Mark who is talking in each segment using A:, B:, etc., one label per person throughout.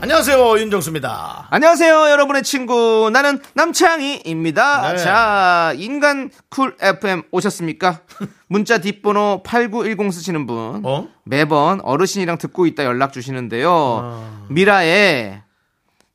A: 안녕하세요 윤정수입니다.
B: 안녕하세요, 여러분의 친구. 나는 남창희입니다.
A: 네.
B: 자, 인간 쿨 FM 오셨습니까? 문자 뒷번호 8910 쓰시는 분.
A: 어?
B: 매번 어르신이랑 듣고 있다 연락 주시는데요.
A: 아.
B: 미라에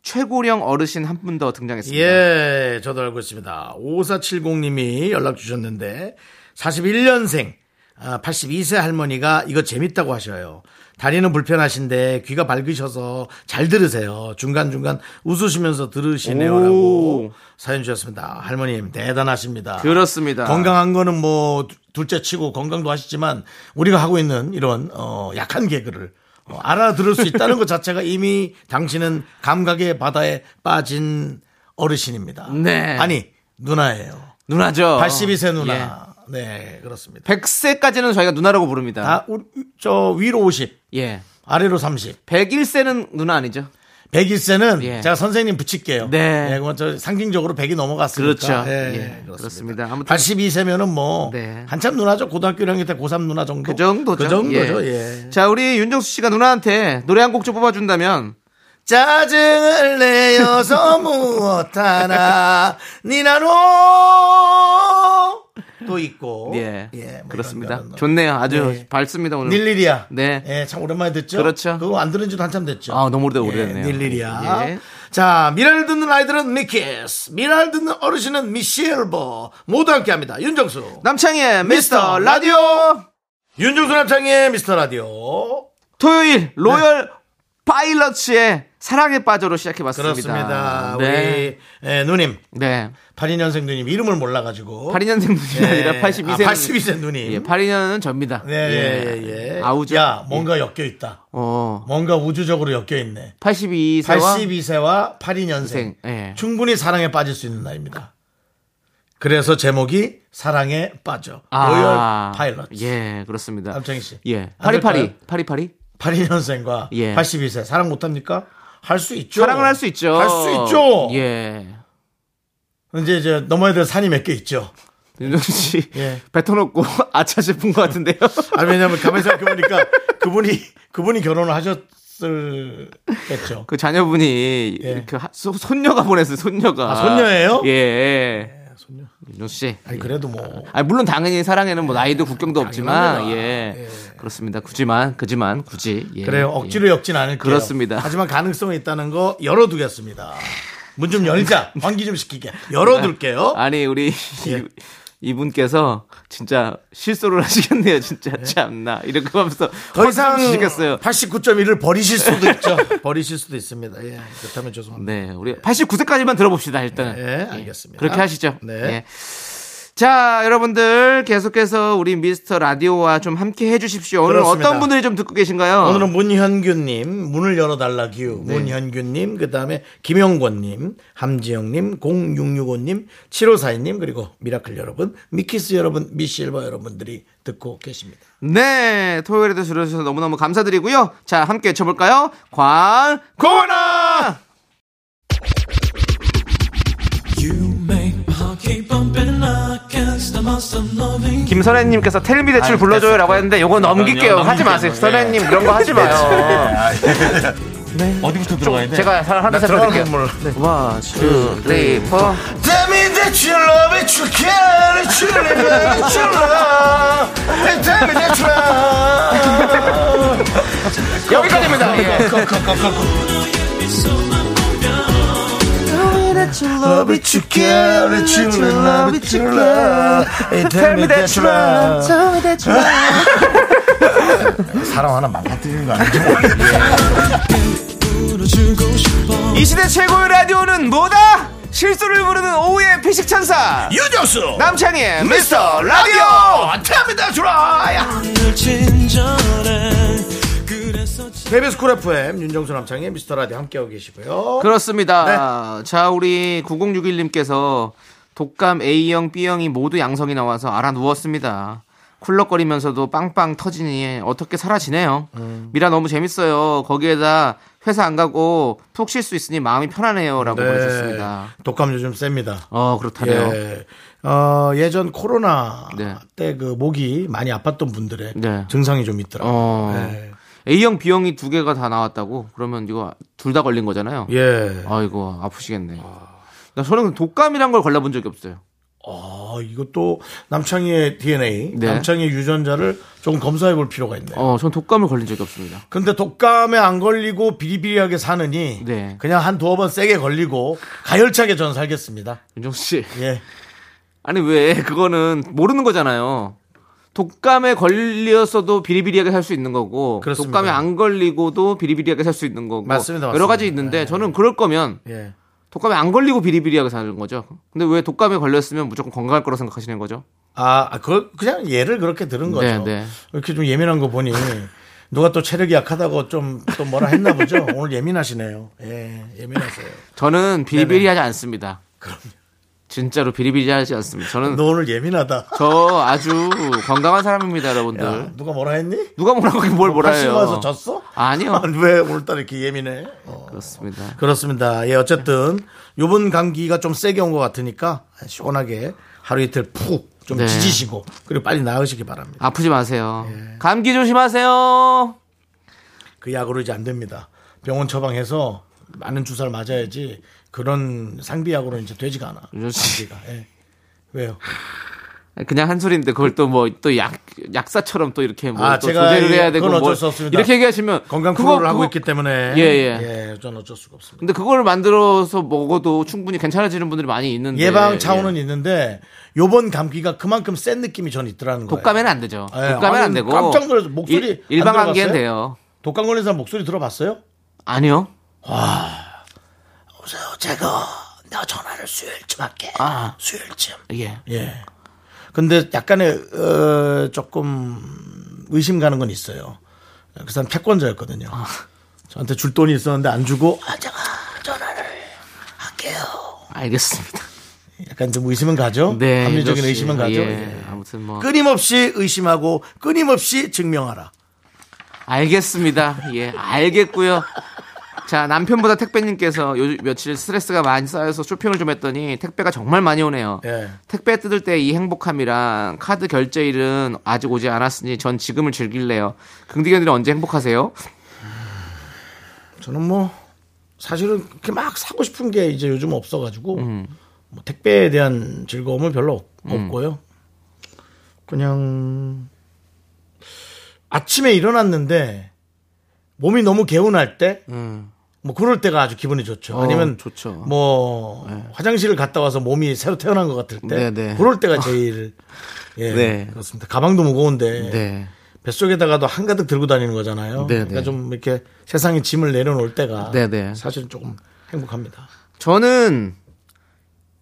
B: 최고령 어르신 한 분 더 등장했습니다.
A: 예, 저도 알고 있습니다. 5470님이 연락 주셨는데 41년생 82세 할머니가 이거 재밌다고 하셔요. 다리는 불편하신데 귀가 밝으셔서 잘 들으세요. 중간중간 웃으시면서 들으시네요라고
B: 오.
A: 사연 주셨습니다. 할머님 대단하십니다.
B: 그렇습니다.
A: 건강한 거는 뭐 두- 둘째 치고 건강도 하시지만 우리가 하고 있는 이런 어, 약한 개그를 어, 알아들을 수 있다는 것 자체가 이미 당신은 감각의 바다에 빠진 어르신입니다.
B: 네.
A: 아니 누나예요.
B: 누나죠.
A: 82세
B: 예.
A: 누나. 네 그렇습니다.
B: 100세까지는 저희가 누나라고 부릅니다.
A: 아, 우- 저 위로 50,
B: 예.
A: 아래로 30.
B: 101세는 누나 아니죠?
A: 101세는
B: 예.
A: 제가 선생님 붙일게요.
B: 네.
A: 그건 저 상징적으로 100이 넘어갔으니까. 네,
B: 그렇죠. 예, 그렇습니다. 아무튼-
A: 82세면은 뭐
B: 네.
A: 한참 누나죠. 고등학교 1학년 때 고3 누나 정도.
B: 그 정도죠.
A: 그 정도죠. 예.
B: 자, 우리 윤정수 씨가 누나한테 노래 한 곡 좀 뽑아준다면
A: 짜증을 내어서 무엇하나 니나로 또 있고
B: 예,
A: 뭐 이런
B: 그렇습니다.
A: 거는.
B: 좋네요. 아주
A: 예.
B: 밝습니다 오늘.
A: 닐리리아
B: 네.
A: 예, 참 오랜만에 듣죠
B: 그렇죠.
A: 그거 안 들은 지도 한참 됐죠
B: 아, 너무 오래- 오래됐네요.
A: 예, 닐리리아
B: 예.
A: 자 미라를 듣는 아이들은 미키스 미라를 듣는 어르신은 미시엘버 모두 함께합니다 윤정수
B: 남창희의 미스터 라디오
A: 윤정수 남창의 미스터 라디오 네.
B: 토요일 로열 파일럿츠의 사랑에 빠져로 시작해봤습니다.
A: 그렇습니다
B: 네.
A: 우리 예, 누님
B: 네.
A: 82년생 누님 이름을 몰라가지고 예.
B: 82년생 누이 아니라 82세.
A: 네. 아, 82세 누님.
B: 예, 82년은 접니다.
A: 네, 예, 예, 예.
B: 아우죠.
A: 야, 뭔가 엮여 있다.
B: 어.
A: 뭔가 우주적으로 엮여 있네.
B: 82세와
A: 82세와 82년생.
B: 생, 예.
A: 충분히 사랑에 빠질 수 있는 나이입니다. 그래서 제목이 사랑에 빠져. 로열 파일럿.
B: 아. 예, 그렇습니다.
A: 남창희 씨.
B: 예.
A: 안 될까요?
B: 파리파리. 파리파리.
A: 82년생과
B: 예.
A: 82세 사랑 못 합니까? 할 수 있죠.
B: 사랑을 할 수 있죠.
A: 할 수 있죠.
B: 예.
A: 이제 이제 넘어야 될 산이 몇 개 있죠.
B: 윤정수 씨
A: 예.
B: 뱉어놓고 아차 싶은 것 같은데요.
A: 아 왜냐면 가만히 생각해 보니까 그분이 그분이 결혼을 하셨을겠죠.
B: 그 자녀분이
A: 예.
B: 이렇게 하- 소, 손녀가 보냈어요. 손녀가.
A: 아, 손녀예요?
B: 예.
A: 손녀.
B: 윤정수 씨.
A: 아니 그래도 뭐
B: 아 물론 당연히 사랑에는 뭐 나이도 국경도 없지만
A: 당연합니다.
B: 예. 그렇습니다. 굳이만 그지만 굳이 예.
A: 그래요. 억지로 엮진 않을게요.
B: 그렇습니다.
A: 하지만 가능성이 있다는 거 열어두겠습니다. 문 좀 열자. 환기 좀 시키게. 열어둘게요.
B: 아니 우리
A: 예.
B: 이, 분께서 진짜 실수를 하시겠네요. 진짜 참나 이렇게 하면서
A: 예. 더 이상
B: 시켰어요.
A: 89.1을 버리실 수도 있죠. 버리실 수도 있습니다. 예. 그렇다면 죄송합니다.
B: 네, 우리 89세까지만 들어봅시다 일단은.
A: 예, 알겠습니다.
B: 그렇게 하시죠.
A: 네.
B: 예. 자, 여러분들 계속해서 우리 미스터 라디오와 좀 함께 해주십시오. 오늘
A: 그렇습니다.
B: 어떤 분들이 좀 듣고 계신가요?
A: 오늘은 문현규님 문을 열어달라규 문현규님 그 다음에 김영권님 함지영님 0665님 7542님 그리고 미라클 여러분 미키스 여러분 미실버 여러분들이 듣고 계십니다.
B: 네, 토요일에도 들어주셔서 너무너무 감사드리고요. 자, 함께 쳐볼까요? 광 고나. 김선혜님께서 텔미 대출 불러줘요라고 했는데 요거 넘길게요. 예. 네. 하지 마세요, 선혜님 그런 거 하지 마요. 네.
C: 어디부터 들어가야 돼?
B: 제가 사- 예. 하나 네. 설명드릴게요. 네.
A: 들어가는
B: 원, 투, 쓰리, 포.
A: Tell me that you love it, you care it, you live it, you love it. Tell me that you 아, love it. 아.
B: 여기까지입니다. 예.
A: Love it, you care it, you love it, you love it. Tell me that you love it. 사람 하나 망가뜨리는 거 아니죠?
B: 네. 이 시대 최고의 라디오는 뭐다? 실수를 부르는 오후의 피식 천사
A: 유정수
B: 남창희의
A: 미스터 라디오 Tell me that you love it.
D: 친절해 그래서 지
A: KBS 쿨 FM 윤정수 남창의 미스터 라디오 함께하고 계시고요.
B: 그렇습니다.
A: 네.
B: 자, 우리 9061님께서 독감 A형, B형이 모두 양성이 나와서 알아 누웠습니다. 쿨럭거리면서도 빵빵 터지니 어떻게 살아지네요.
A: 음.
B: 미라 너무 재밌어요. 거기에다 회사 안 가고 푹 쉴 수 있으니 마음이 편하네요라고
A: 네.
B: 보내셨습니다.
A: 독감 요즘 셉니다.
B: 어 그렇다네요.
A: 예. 어, 예전 코로나
B: 네.
A: 때 그 목이 많이 아팠던 분들의
B: 네.
A: 증상이 좀 있더라고요.
B: 어
A: 네.
B: A형, B형이 두 개가 다 나왔다고 그러면 이거 둘 다 걸린 거잖아요.
A: 예.
B: 어. 아이고 아프시겠네. 나 저는 독감이란 걸 걸려본 적이 없어요.
A: 어, 이것도 남창희의 DNA,
B: 네.
A: 남창희의 유전자를 조금 검사해 볼 필요가 있네요.
B: 어, 전 독감을 걸린 적이 없습니다.
A: 근데 독감에 안 걸리고 비리비리하게 사느니
B: 네.
A: 그냥 한 두어 번 세게 걸리고 가열차게 전 살겠습니다.
B: 윤정수 씨.
A: 예.
B: 아니 왜 그거는 모르는 거잖아요. 독감에 걸렸어도 비리비리하게 살 수 있는 거고
A: 그렇습니다.
B: 독감에 안 걸리고도 비리비리하게 살 수 있는 거고
A: 맞습니다, 맞습니다.
B: 여러 가지 있는데 저는 그럴 거면
A: 예.
B: 독감에 안 걸리고 비리비리하게 사는 거죠. 근데 왜 독감에 걸렸으면 무조건 건강할 거라 생각하시는 거죠?
A: 아, 아, 그 그냥 예를 그렇게 들은 거죠.
B: 네, 네.
A: 이렇게 좀 예민한 거 보니 누가 또 체력이 약하다고 좀 또 뭐라 했나 보죠. 오늘 예민하시네요. 예, 예민하세요.
B: 저는 비리비리하지 않습니다. 진짜로 비리비리하지 않습니다. 저는
A: 너 오늘 예민하다.
B: 저 아주 건강한 사람입니다, 여러분들.
A: 야, 누가 뭐라 했니?
B: 누가 뭐라고 뭘 네. 뭐라 해요?
A: 와서 졌어?
B: 아니요.
A: 왜 오늘따라 이렇게 예민해? 어.
B: 그렇습니다.
A: 그렇습니다. 예, 어쨌든 요번 감기가 좀 세게 온 것 같으니까 시원하게 하루 이틀 푹 좀
B: 네.
A: 지지시고 그리고 빨리 나으시기 바랍니다.
B: 아프지 마세요.
A: 예.
B: 감기 조심하세요.
A: 그 약으로 이제 안 됩니다. 병원 처방해서 많은 주사를 맞아야지 그런 상비 약으로 이제 되지가 않아.
B: 윤정 씨.
A: 감기가. 예. 왜요?
B: 그냥 한 소리인데 그걸 또 뭐 또 약 약사처럼 또 이렇게 뭐
A: 아,
B: 또
A: 제가
B: 조제를
A: 이-
B: 해야 되고
A: 그건
B: 뭐
A: 어쩔 수 없습니다.
B: 이렇게 얘기하시면
A: 건강
B: 그거-
A: 프로를 하고
B: 그거-
A: 있기 때문에
B: 예, 예.
A: 전 어쩔 수가 없습니다.
B: 근데 그걸 만들어서 먹어도 충분히 괜찮아지는 분들이 많이 있는데
A: 예방 차원은 있는데 요번 감기가 그만큼 센 느낌이 전 있더라는 거예요.
B: 독감에는 안 되죠.
A: 예,
B: 독감에는
A: 아니,
B: 안 되고
A: 깜짝 놀라서 목소리 안
B: 일, 반 감기는
A: 들어봤어요?
B: 돼요.
A: 독감 걸린 사람 목소리 들어봤어요?
B: 아니요.
A: 보세요. 제가 나 전화를 수요일쯤 할게.
B: 아.
A: 수요일쯤.
B: 예.
A: 예. 근데 약간의 어, 조금 의심 가는 건 있어요. 그 사람 채권자였거든요. 저한테 줄 돈이 있었는데 안 주고 아 제가 전화를 할게요.
B: 알겠습니다.
A: 약간 좀 의심은 가죠.
B: 네.
A: 합리적인
B: 윤정 씨.
A: 의심은 가죠.
B: 예.
A: 예.
B: 아무튼 뭐
A: 끊임없이 의심하고 끊임없이 증명하라.
B: 알겠습니다. 예, 알겠고요. 자, 남편보다 택배님께서 요 며칠 스트레스가 많이 쌓여서 쇼핑을 좀 했더니 택배가 정말 많이 오네요.
A: 예.
B: 택배 뜯을 때 이 행복함이랑 카드 결제일은 아직 오지 않았으니 전 지금을 즐길래요. 긍디견들이 언제 행복하세요?
A: 저는 뭐 사실은 그렇게 막 사고 싶은 게 이제 요즘 없어가지고
B: 음.
A: 뭐 택배에 대한 즐거움은 별로 없- 없고요. 그냥 아침에 일어났는데 몸이 너무 개운할 때. 뭐 그럴 때가 아주 기분이 좋죠.
B: 음. 어,
A: 아니면
B: 좋죠.
A: 뭐 화장실을 갔다 와서 몸이 새로 태어난 것 같을 때
B: 네, 네.
A: 그럴 때가 제일 예
B: 네.
A: 그렇습니다. 가방도 무거운데 뱃속에다가도 한가득 들고 다니는 거잖아요.
B: 네,
A: 그러니까
B: 네.
A: 좀 이렇게 세상에 짐을 내려놓을 때가
B: 네, 네.
A: 사실은 조금 행복합니다.
B: 저는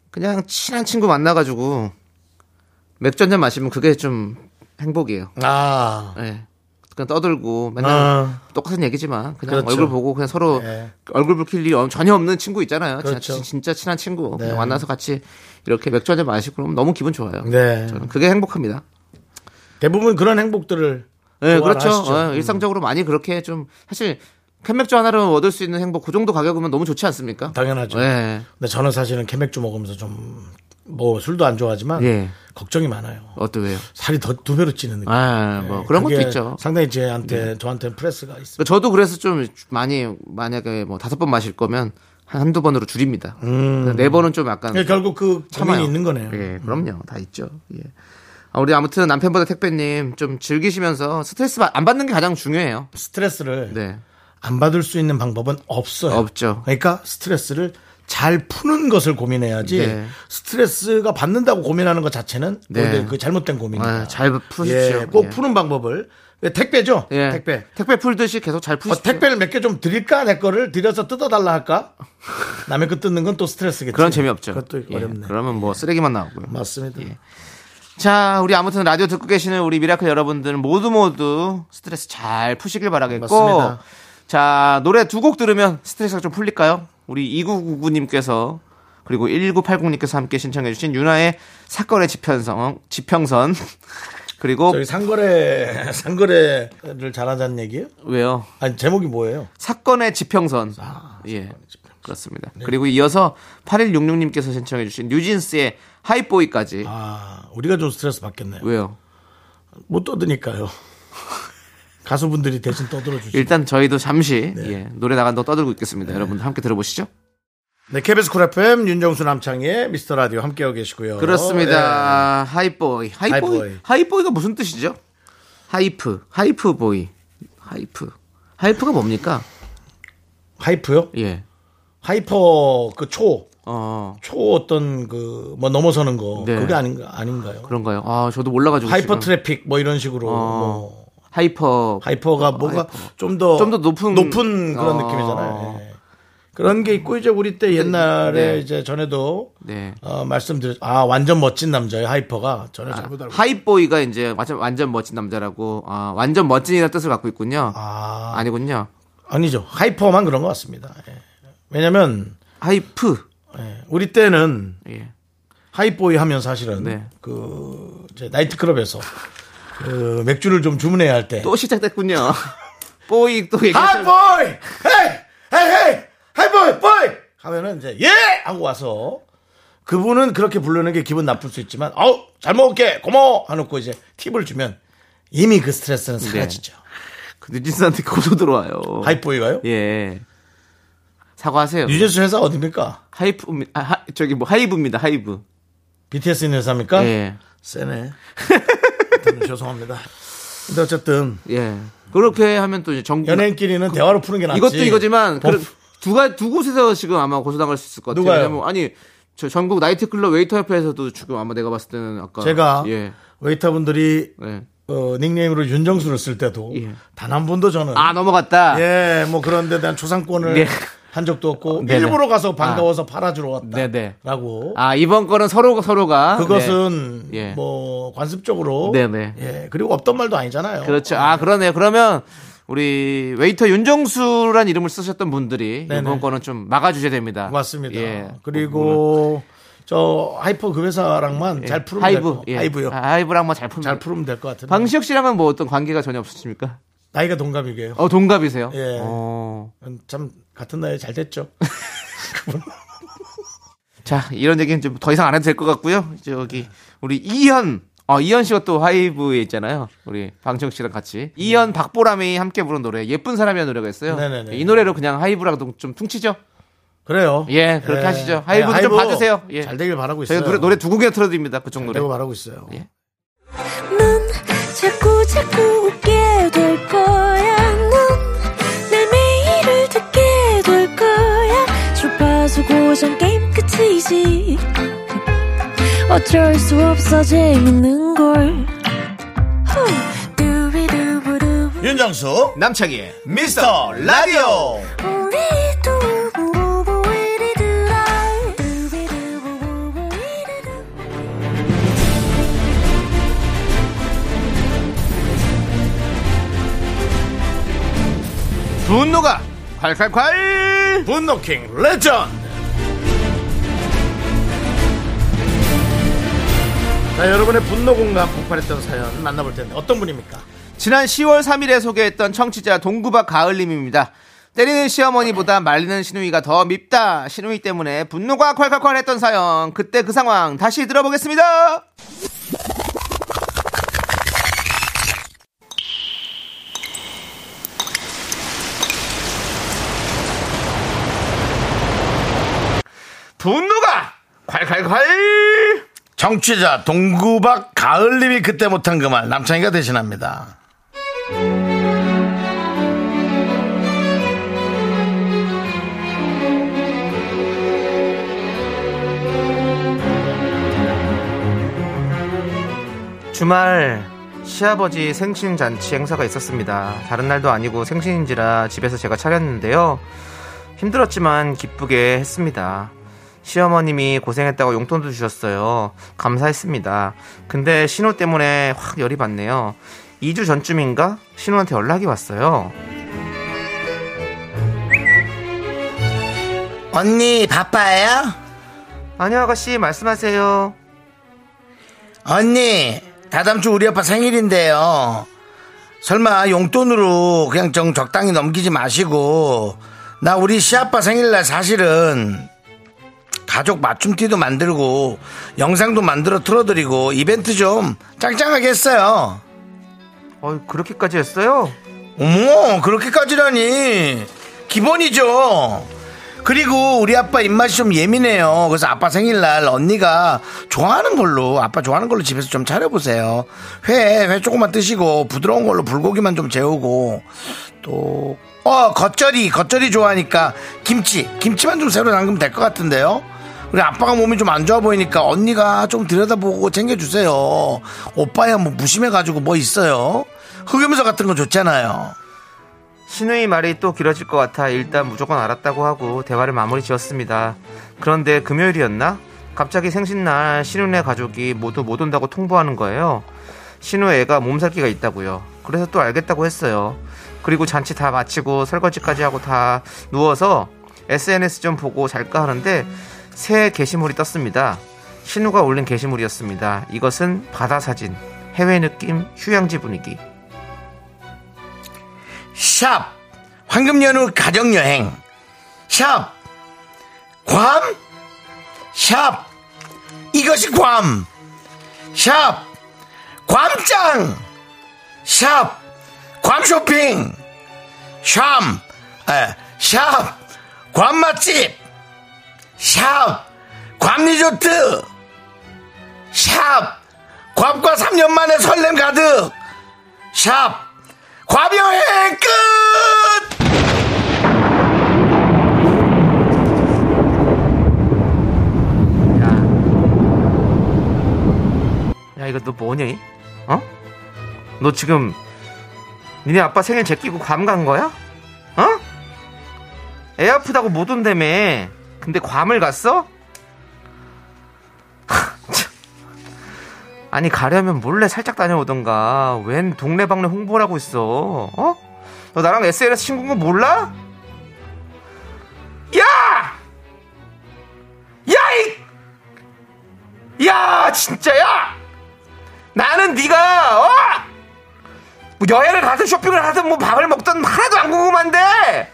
B: 그냥 친한 친구 만나가지고 맥주 한잔 마시면 그게 좀 행복이에요.
A: 아,
B: 예. 그냥 떠들고 맨날
A: 아.
B: 똑같은 얘기지만 그냥
A: 그렇죠.
B: 얼굴 보고 그냥 서로
A: 예.
B: 얼굴 붉힐 일이 없- 전혀 없는 친구 있잖아요. 진짜-
A: 그렇죠.
B: 진짜 친한 친구 그냥 만나서 같이 이렇게 맥주 한잔 마시고 그러면 너무 기분 좋아요.
A: 네.
B: 저는 그게 행복합니다.
A: 대부분 그런 행복들을
B: 예,
A: 좋아하시죠. 음.
B: 그렇죠. 예, 일상적으로 많이 그렇게 좀 사실 캔맥주 하나로 얻을 수 있는 행복 그 정도 가격이면 너무 좋지 않습니까?
A: 당연하죠.
B: 예.
A: 근데 저는 사실은 캐맥주 먹으면서 좀 뭐 술도 안 좋아하지만
B: 예.
A: 걱정이 많아요.
B: 어때요?
A: 살이 더 두 배로 찌는 느낌.
B: 아, 뭐 그런 것도
A: 네. 그게
B: 있죠. 네.
A: 상당히 제한테 저한테는 프레스가 있어요.
B: 그러니까 저도 그래서 좀 많이 만약에 뭐 다섯 번 마실 거면 한- 한두 번으로 줄입니다. 네 번은 좀 약간
A: 음. 그러니까 결국 그
B: 참아요.
A: 고민이 있는 거네요. 음.
B: 예, 그럼요. 다 있죠. 예. 아, 우리 아무튼 남편보다 택배님 좀 즐기시면서 스트레스 받- 안 받는 게 가장 중요해요.
A: 스트레스를
B: 네.
A: 안 받을 수 있는 방법은 없어요.
B: 없죠.
A: 그러니까 스트레스를 잘 푸는 것을 고민해야지
B: 네.
A: 스트레스가 받는다고 고민하는 것 자체는
B: 네.
A: 그건 그 잘못된 고민입니다.
B: 아, 잘 푸십시오.
A: 예, 꼭
B: 예.
A: 푸는 방법을 예, 택배죠.
B: 예.
A: 택배.
B: 풀듯이 계속 잘
A: 어,
B: 푸십시오.
A: 택배를 몇 개 좀 드릴까 내 거를 드려서 뜯어달라 할까? 남의 거 뜯는 건 또 스트레스겠지.
B: 그런 재미없죠.
A: 그것도
B: 예,
A: 어렵네.
B: 그러면 뭐 쓰레기만 나오고요.
A: 맞습니다.
B: 자, 우리 아무튼 라디오 듣고 계시는 우리 미라클 여러분들 모두 모두 스트레스 잘 푸시길 바라겠고
A: 맞습니다.
B: 자, 노래 두 곡 들으면 스트레스가 좀 풀릴까요? 우리 2999님께서 그리고 1980님께서 함께 신청해주신 윤아의 사건의 지평선, 지평선. 그리고
A: 저기 상거래 상거래를 잘하자는 얘기예요?
B: 왜요?
A: 아니 제목이 뭐예요?
B: 사건의 지평선.
A: 아,
B: 예. 그렇습니다.
A: 네.
B: 그리고 이어서 8166님께서 신청해주신 뉴진스의 하이보이까지.
A: 아 우리가 좀 스트레스 받겠네요.
B: 왜요?
A: 못 떠드니까요. 가수분들이 대신 떠들어 주시죠.
B: 일단 저희도 잠시 예, 노래 나간다고 떠들고 있겠습니다. 여러분 함께 들어보시죠.
A: 네, KBS 쿨 FM 윤정수 남창희의 미스터 라디오 함께하고 계시고요. 예.
B: 그렇습니다. 어, 하이보이. 하이보이.
A: 하이보이.
B: 하이보이가 무슨 뜻이죠? 하이프. 하이프보이. 하이프. 하이프가 뭡니까?
A: 하이프요?
B: 예.
A: 하이퍼 그 초 초
B: 어,
A: 어떤 그 뭐 넘어서는 거
B: 네.
A: 그게 아닌가 아닌가요?
B: 그런가요? 아, 저도 몰라가지고.
A: 하이퍼
B: 지금.
A: 트래픽 뭐 이런 식으로
B: 어.
A: 뭐
B: 하이퍼.
A: 하이퍼가 뭐가 좀 더
B: 좀더 높은-
A: 그런
B: 어.
A: 느낌이잖아요. 예. 그런 게 있고 이제 우리 때 옛날에
B: 네.
A: 이제 전에도
B: 네.
A: 어, 말씀드렸 아 완전 멋진 남자예요 하이퍼가 전에 잘못 알고
B: 아, 하이보이가 이제 완전, 완전 멋진 남자라고. 아, 완전 멋진이라는 뜻을 갖고 있군요.
A: 아.
B: 니군요
A: 아니죠 하이퍼만 그런 것 같습니다. 예. 왜냐면
B: 하이프.
A: 예, 우리 때는
B: 예.
A: 하이보이 하면 사실은
B: 네.
A: 그 이제 나이트클럽에서 그 맥주를 좀 주문해야 할 때
B: 또 시작됐군요. 뽀이 또 얘기하시는
A: 하이보이 헤이 헤이 헤이 하이보이 보이 하면은 이제 예 하고 와서 그분은 그렇게 부르는 게 기분 나쁠 수 있지만 아우 잘 먹을게 고마워 하놓고 이제 팁을 주면 이미 그 스트레스는 사라지죠
B: 그 뉴진스한테 고소 네. 들어와요.
A: 하이보이가요?
B: 예. 사과하세요.
A: 뉴진스 회사 어딥니까?
B: 하이프, 아, 하, 저기 뭐 하이브입니다. 하이브.
A: BTS 있는 회사입니까?
B: 예.
A: 세네 일단은 죄송합니다 근데 어쨌든
B: 예. 그렇게 하면 또 이제 정부
A: 연예인끼리는 대화로 푸는 게 낫지
B: 그 이것도 이거지만
A: 법-
B: 그런 두가 두 곳에서 지금 아마 고소당할 수 있을 것 같아요.
A: 누가요?
B: 왜냐면 아니 저 전국 나이트클럽 웨이터 협회에서도 지금 아마 내가 봤을 때는 아까
A: 제가
B: 예.
A: 웨이터분들이
B: 예.
A: 어, 닉네임으로 윤정수를 쓸 때도
B: 예.
A: 단 한 번도 저는
B: 아 넘어갔다.
A: 예, 뭐 그런 데 대한 초상권을
B: 네. 어,
A: 한 적도 없고
B: 네네. 아.
A: 일부러 가서 반가워서 팔아주러
B: 네네.
A: 왔다라고
B: 아 이번 거는 서로 서로가
A: 그것은
B: 네. 예.
A: 뭐 관습적으로
B: 네네.
A: 예, 그리고 없던 말도 아니잖아요.
B: 네. 그렇죠. 아 그러네요. 그러면 우리 웨이터 윤정수란 이름을 쓰셨던 분들이
A: 네네.
B: 이번 거는 좀 막아주셔야 됩니다.
A: 맞습니다.
B: 예.
A: 그리고 저 하이퍼 그 회사랑만 잘 풀으면
B: 하이브,
A: 될것
B: 예.
A: 하이브요.
B: 아, 하이브랑 뭐 잘 풀면
A: 잘 풀으면 될 것 같은데.
B: 방시혁 씨랑은 뭐 어떤 관계가 전혀 없으십니까?
A: 나이가 동갑이게요.
B: 어 동갑이세요?
A: 예.
B: 어.
A: 참 같은 나이에 잘 됐죠.
B: 자 이런 얘기는 좀 더 이상 안 해도 될 것 같고요. 저기 우리 이현, 어 이현 씨가 또 하이브에 있잖아요. 우리 방시혁 씨랑 같이 이현 박보람이 함께 부른 노래 예쁜 사람이라는 노래가 있어요.
A: 네네네.
B: 이 노래로 그냥 하이브랑 좀 퉁치죠.
A: 그래요.
B: 예, 그렇게 하시죠. 하이브도
A: 네,
B: 좀
A: 하이브
B: 봐주세요. 예.
A: 잘 되길 바라고 있어요.
B: 저희가 노래 노래 두 곡이나 틀어드립니다. 그쪽 노래.
A: 되고 바라고 있어요.
B: 예.
D: 넌 자꾸 자꾸 웃게 될 거야. 넌내 매일을 듣게 될 거야. 주파수 고정 게임 끝이지. 어쩔 수 없어 재밌는 걸. 후. 두비두부두.
A: 윤정수
B: 남창희의
A: 미스터 라디오
D: 우리 두부부부 우리들아. 두비두부부부 우리들아.
B: 분노가 콸콸콸.
A: 분노킹 레전드 자 여러분의 분노 공감 폭발했던 사연 만나볼 텐데 어떤 분입니까?
B: 지난 10월 3일에 소개했던 청취자 동구박 가을님입니다. 때리는 시어머니보다 말리는 시누이가 더 밉다. 시누이 때문에 분노가 콸콸콸 했던 사연. 그때 그 상황 다시 들어보겠습니다. 분노가 콸콸콸!
A: 정취자 동구박 가을님이 그때 못한 그 말 남창희가 대신합니다
B: 주말 시아버지 생신 잔치 행사가 있었습니다. 다른 날도 아니고 생신인지라 집에서 제가 차렸는데요. 힘들었지만 기쁘게 했습니다. 시어머님이 고생했다고 용돈도 주셨어요. 감사했습니다. 근데 신호 때문에 확 열이 받네요. 2주 전쯤인가 신호한테 연락이 왔어요.
E: 언니 바빠요?
B: 아니요, 아가씨, 말씀하세요.
E: 언니 다다음 주 우리 아빠 생일인데요. 설마 용돈으로 그냥 정 적당히 넘기지 마시고 나 우리 시아빠 생일날 사실은 가족 맞춤티도 만들고 영상도 만들어 틀어드리고 이벤트 좀 짱짱하게 했어요.
B: 어, 그렇게까지 했어요?
E: 어머 그렇게까지라니 기본이죠 그리고 우리 아빠 입맛이 좀 예민해요 그래서 아빠 생일날 언니가 좋아하는 걸로 아빠 좋아하는 걸로 집에서 좀 차려보세요 회, 회 조금만 드시고 부드러운 걸로 불고기만 좀 재우고 또 어, 겉절이 겉절이 좋아하니까 김치 김치만 좀 새로 담그면 될 것 같은데요 우리 아빠가 몸이 좀 안 좋아 보이니까 언니가 좀 들여다보고 챙겨주세요 오빠야 뭐 무심해가지고 뭐 있어요 흑염소 같은 거 좋잖아요
B: 신우의 말이 또 길어질 것 같아 일단 무조건 알았다고 하고 대화를 마무리 지었습니다. 그런데 금요일이었나? 갑자기 생신날 신우네 가족이 모두 못 온다고 통보하는 거예요. 신우 애가 몸살기가 있다고요. 그래서 또 알겠다고 했어요. 그리고 잔치 다 마치고 설거지까지 하고 다 누워서 SNS 좀 보고 잘까 하는데 새 게시물이 떴습니다. 신우가 올린 게시물이었습니다. 이것은 바다 사진, 해외 느낌, 휴양지 분위기.
E: 샵 황금연휴 가정여행 샵 괌? 샵 이것이 괌. 샵 괌짱. 샵 괌쇼핑. 샵 에, 샵 괌맛집. 샵 괌리조트. 샵 괌과 3년 만에 설렘 가득. 샵 과병행 끝!
B: 야 이거 너 뭐니? 어? 너 지금 니네 아빠 생일 제끼고 괌 간 거야? 어? 애 아프다고 못 온다며 근데 괌을 갔어? 참. 아니 가려면 몰래 살짝 다녀오던가 웬 동네방네 홍보를 하고 있어 어? 너 나랑 SNS 친구인 거 몰라? 야! 야이! 야 진짜 야! 나는 네가 어? 뭐 여행을 가든 쇼핑을 하든 뭐 밥을 먹든 하나도 안 궁금한데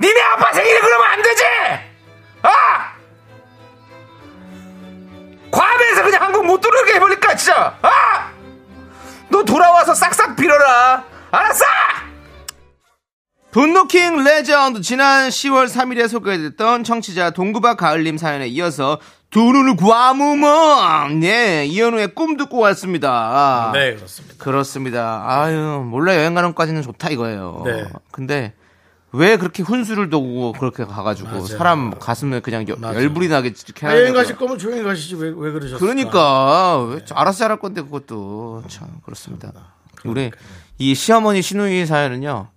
B: 니네 아빠 생일에 그러면 안 되지 아 과배에서 그냥 한국 못 들어오게 해버릴까 진짜 아 너 돌아와서 싹싹 빌어라 알았어 분노킹 레전드 지난 10월 3일에 소개됐던 청취자 동구박 가을님 사연에 이어서 두 눈을 과무멍 예 이현우의 꿈 듣고
A: 아.
B: 왔습니다
E: 네, 그렇습니다.
B: 그렇습니다. 아유, 몰래 여행 가는 것까지는 좋다 이거예요.
E: 네.
B: 근데 왜 그렇게 훈수를 두고 그렇게 가가지고 사람 가슴에 그냥 여-
E: 맞아요.
B: 열불이 나게 이렇게 하는
E: 여행
B: 거예요.
E: 가실 거면 조용히 가시지 왜, 왜 그러셨어요?
B: 그러니까
E: 네.
B: 왜 알아서 잘할 건데 그것도 참 그렇습니다. 우리 이 시어머니 신우이 사연은요.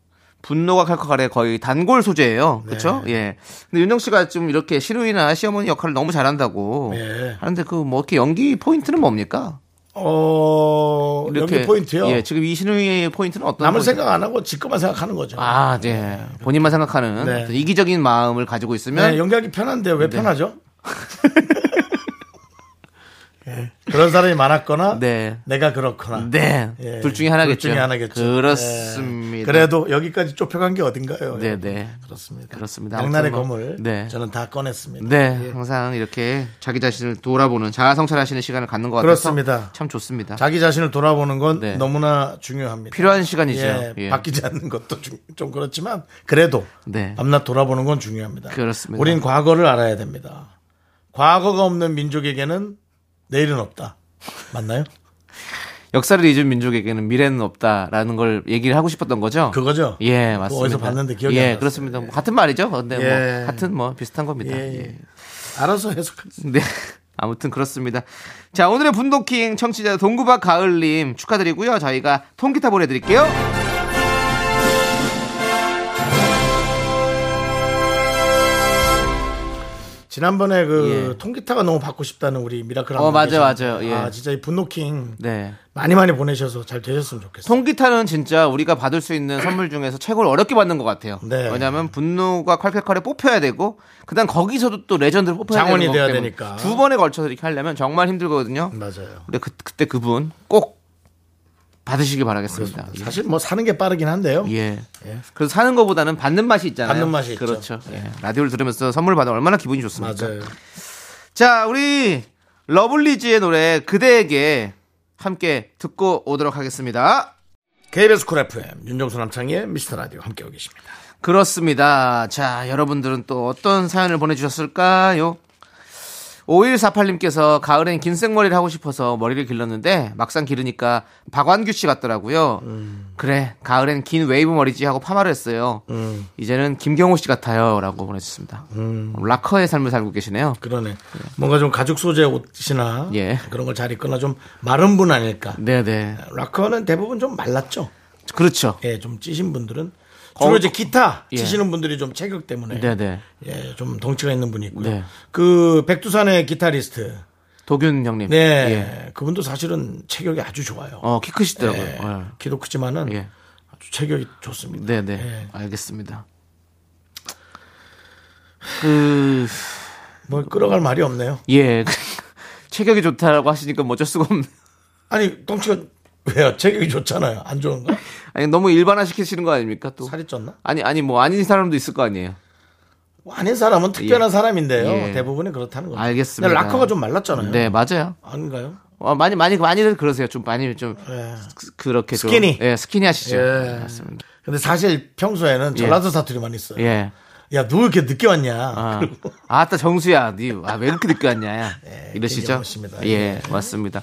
B: 분노가 칼칼 아래 거의 단골 소재예요.
E: 네.
B: 그렇죠? 예. 근데 윤정 씨가 좀 이렇게 시누이나 시어머니 역할을 너무 잘한다고
E: 예.
B: 하는데 그 뭐 이렇게 연기 포인트는 뭡니까?
E: 어, 여기 포인트요.
B: 예, 지금 이 신우이의 포인트는 어떤
E: 남을
B: 포인트?
E: 생각 안 하고 지 것만 생각하는 거죠.
B: 아, 네. 본인만 생각하는
E: 네.
B: 어떤 이기적인 마음을 가지고 있으면
E: 네, 연기하기 편한데 왜 편하죠? 예, 그런 사람이 많았거나
B: 네.
E: 내가 그렇거나
B: 네.
E: 예,
B: 둘 중에 하나겠죠.
E: 둘 중에 하나겠죠. 예,
B: 그렇습니다.
E: 그래도 여기까지 좁혀간 게 어딘가요?
B: 네,
E: 예,
B: 네.
E: 그렇습니다.
B: 그렇습니다.
E: 양날의
B: 아무튼 뭐,
E: 검을
B: 네.
E: 저는 다 예. 꺼냈습니다.
B: 네, 항상 이렇게 자기 자신을 돌아보는 자아성찰하시는 시간을 갖는 것 같아서
E: 그렇습니다.
B: 참 좋습니다.
E: 자기 자신을 돌아보는 건
B: 네.
E: 너무나 중요합니다.
B: 필요한 시간이죠.
E: 예,
B: 예.
E: 바뀌지 않는 것도 중- 좀 그렇지만 그래도
B: 네.
E: 밤낮 돌아보는 건 중요합니다.
B: 그렇습니다.
E: 우린 과거를 알아야 됩니다. 과거가 없는 민족에게는 내일은 없다. 맞나요?
B: 역사를 잊은 민족에게는 미래는 없다라는 걸 얘기를 하고 싶었던 거죠.
E: 그거죠?
B: 예,
E: 그거
B: 맞습니다.
E: 어디서 봤는데 기억이
B: 예,
E: 안 나요.
B: 그렇습니다. 뭐 같은 말이죠. 근데
E: 예.
B: 뭐 같은 뭐 비슷한 겁니다.
E: 예, 예.
B: 예.
E: 알아서
B: 네.
E: 해석하겠습니다.
B: 아무튼 그렇습니다. 자, 오늘의 분도킹 청취자 동구박 가을님 축하드리고요. 저희가 통기타 보내드릴게요.
A: 지난번에 그
B: 예.
A: 통기타가 너무 받고 싶다는 우리 미라클
B: 어,
A: 한분
B: 맞아요,
A: 계시죠?
B: 맞아요. 예.
A: 아 진짜 이 분노킹
B: 네.
A: 많이 많이 보내셔서 잘 되셨으면 좋겠어요.
B: 통기타는 진짜 우리가 받을 수 있는 선물 중에서 최고로 어렵게 받는 것 같아요.
A: 네.
B: 왜냐하면 분노가 콸콸콸에 뽑혀야 되고 그다음 거기서도 또 레전드를 뽑혀야
A: 장원이
B: 되는 거기
A: 돼야
B: 때문에
A: 되니까.
B: 두 번에 걸쳐서 이렇게 하려면 정말 힘들거든요.
A: 맞아요.
B: 근데 그, 그때 그분 꼭 받으시길 바라겠습니다. 예.
A: 사실 뭐 사는 게 빠르긴 한데요.
B: 예. 그래서 사는 것보다는 받는 맛이 있잖아요.
A: 받는 맛이 있죠.
B: 그렇죠. 예. 라디오를 들으면서 선물 받아 얼마나 기분이 좋습니까?
A: 맞아요.
B: 자, 우리 러블리즈의 노래 그대에게 함께 듣고 오도록 하겠습니다.
A: KBS 쿨 FM 윤정수 남창희의 미스터 라디오 함께하고 계십니다.
B: 그렇습니다. 자, 여러분들은 또 어떤 사연을 보내주셨을까요? 5148님께서 가을엔 긴 생머리를 하고 싶어서 머리를 길렀는데 막상 기르니까 박완규 씨 같더라고요. 그래, 가을엔 긴 웨이브 머리지 하고 파마를 했어요. 이제는 김경호 씨 같아요. 라고 보내주셨습니다. 락커의 삶을 살고 계시네요.
A: 그러네. 뭔가 좀 가죽 소재 옷이나
B: 예.
A: 그런 걸 잘 입거나 좀 마른 분 아닐까.
B: 네네.
A: 락커는 대부분 좀 말랐죠.
B: 그렇죠.
A: 예, 좀 찌신 분들은
B: 거-
A: 주로 이제 기타
B: 예.
A: 치시는 분들이 좀 체격 때문에
B: 네네.
A: 예, 좀 덩치가 있는 분이 있고요.
B: 네.
A: 그 백두산의 기타리스트.
B: 도균 형님.
A: 네.
B: 예.
A: 그분도 사실은 체격이 아주 좋아요.
B: 어, 키 크시더라고요.
A: 예,
B: 예.
A: 키도 크지만은
B: 예.
A: 아주 체격이 좋습니다.
B: 네네.
A: 예.
B: 알겠습니다. 그,
A: 뭐 끌어갈 말이 없네요.
B: 예. 체격이 좋다라고 하시니까 뭐 어쩔 수가 없네.
A: 아니, 덩치가 왜요? 체격이 좋잖아요. 안 좋은가?
B: 아니, 너무 일반화 시키시는 거 아닙니까? 또.
A: 살이 쪘나?
B: 아니, 아니, 뭐 아닌 사람도 있을 거 아니에요.
A: 뭐 아닌 사람은 특별한 사람인데요.
B: 예.
A: 대부분이 그렇다는 거죠.
B: 알겠습니다.
A: 근데 락커가 좀 말랐잖아요.
B: 네, 맞아요.
A: 아닌가요?
B: 어, 많이, 많이, 많이들 그러세요. 좀 많이 좀.
A: 예.
B: 그- 그렇게 좀-
A: 스키니.
B: 예, 스키니 하시죠.
A: 예.
B: 맞습니다.
A: 근데 사실 평소에는 전라도 사투리만 있어요.
B: 예.
A: 야, 너 왜 이렇게 늦게 왔냐?
B: 아,
A: 그리고 네,
B: 아따 정수야, 니 아, 왜 그렇게 늦게 왔냐?
A: 되게
B: 이러시죠?
A: 멋있습니다. 네.
B: 예, 맞습니다.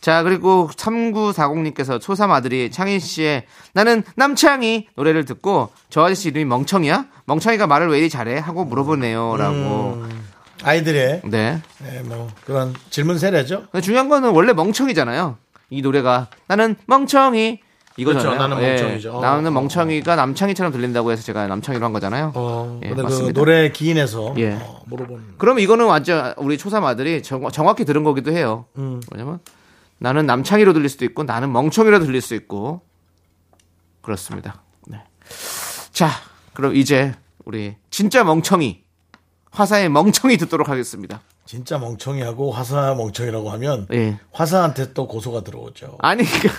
B: 자, 그리고 3940님께서 초삼 아들이 창희 씨의 나는 남창희 노래를 듣고 저 아저씨 이름이 멍청이야? 멍청이가 말을 왜 이리 잘해? 하고 물어보네요. 라고.
A: 음. 아이들의
B: 네.
A: 예, 뭐 그런 질문 세례죠.
B: 근데 중요한 거는 원래 멍청이잖아요. 이 노래가 나는 멍청이 이거잖아요.
A: 그렇죠. 나는
B: 예.
A: 멍청이죠. 어.
B: 나는 멍청이가 남창이처럼 들린다고 해서 제가 남창이로 한 거잖아요.
A: 어,
B: 예,
A: 근데 그
B: 맞습니다.
A: 노래 기인에서
B: 예.
A: 어, 물어보는
B: 그럼 이거는 완전 우리 초삼 아들이 정, 확히 들은 거기도 해요.
A: 음.
B: 왜냐면 나는 남창이로 들릴 수도 있고 나는 멍청이로 들릴 수 있고 그렇습니다. 네. 자, 그럼 이제 우리 진짜 멍청이 화사의 멍청이 듣도록 하겠습니다.
A: 진짜 멍청이하고 화사 멍청이라고 하면
B: 예.
A: 화사한테 또 고소가 들어오죠.
B: 아니 그러니까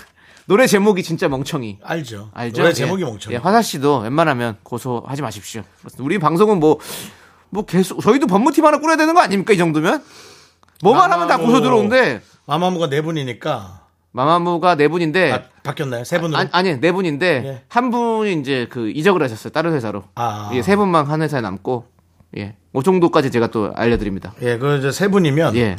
B: 노래 제목이 진짜 멍청이.
A: 알죠.
B: 알죠?
A: 노래 제목이
B: 예.
A: 멍청이.
B: 예, 화사 씨도 웬만하면 고소하지 마십시오. 그렇습니다. 우리 방송은 뭐 뭐 계속 저희도 법무팀 하나 꾸려야 되는 거 아닙니까 이 정도면? 뭐만 하면 다
A: 마마무.
B: 고소 들어오는데
A: 마마무가 네 분이니까
B: 마마무가 네 분인데
A: 아, 바뀌었나요? 세 분으로.
B: 아니, 아니, 네 분인데
A: 예.
B: 한 분이 이제 그 이적을 하셨어요 다른 회사로
A: 아.
B: 예, 세 분만 한 회사에 남고 예, 그 정도까지 제가 또 알려드립니다
A: 예, 그 이제 세 분이면
B: 예,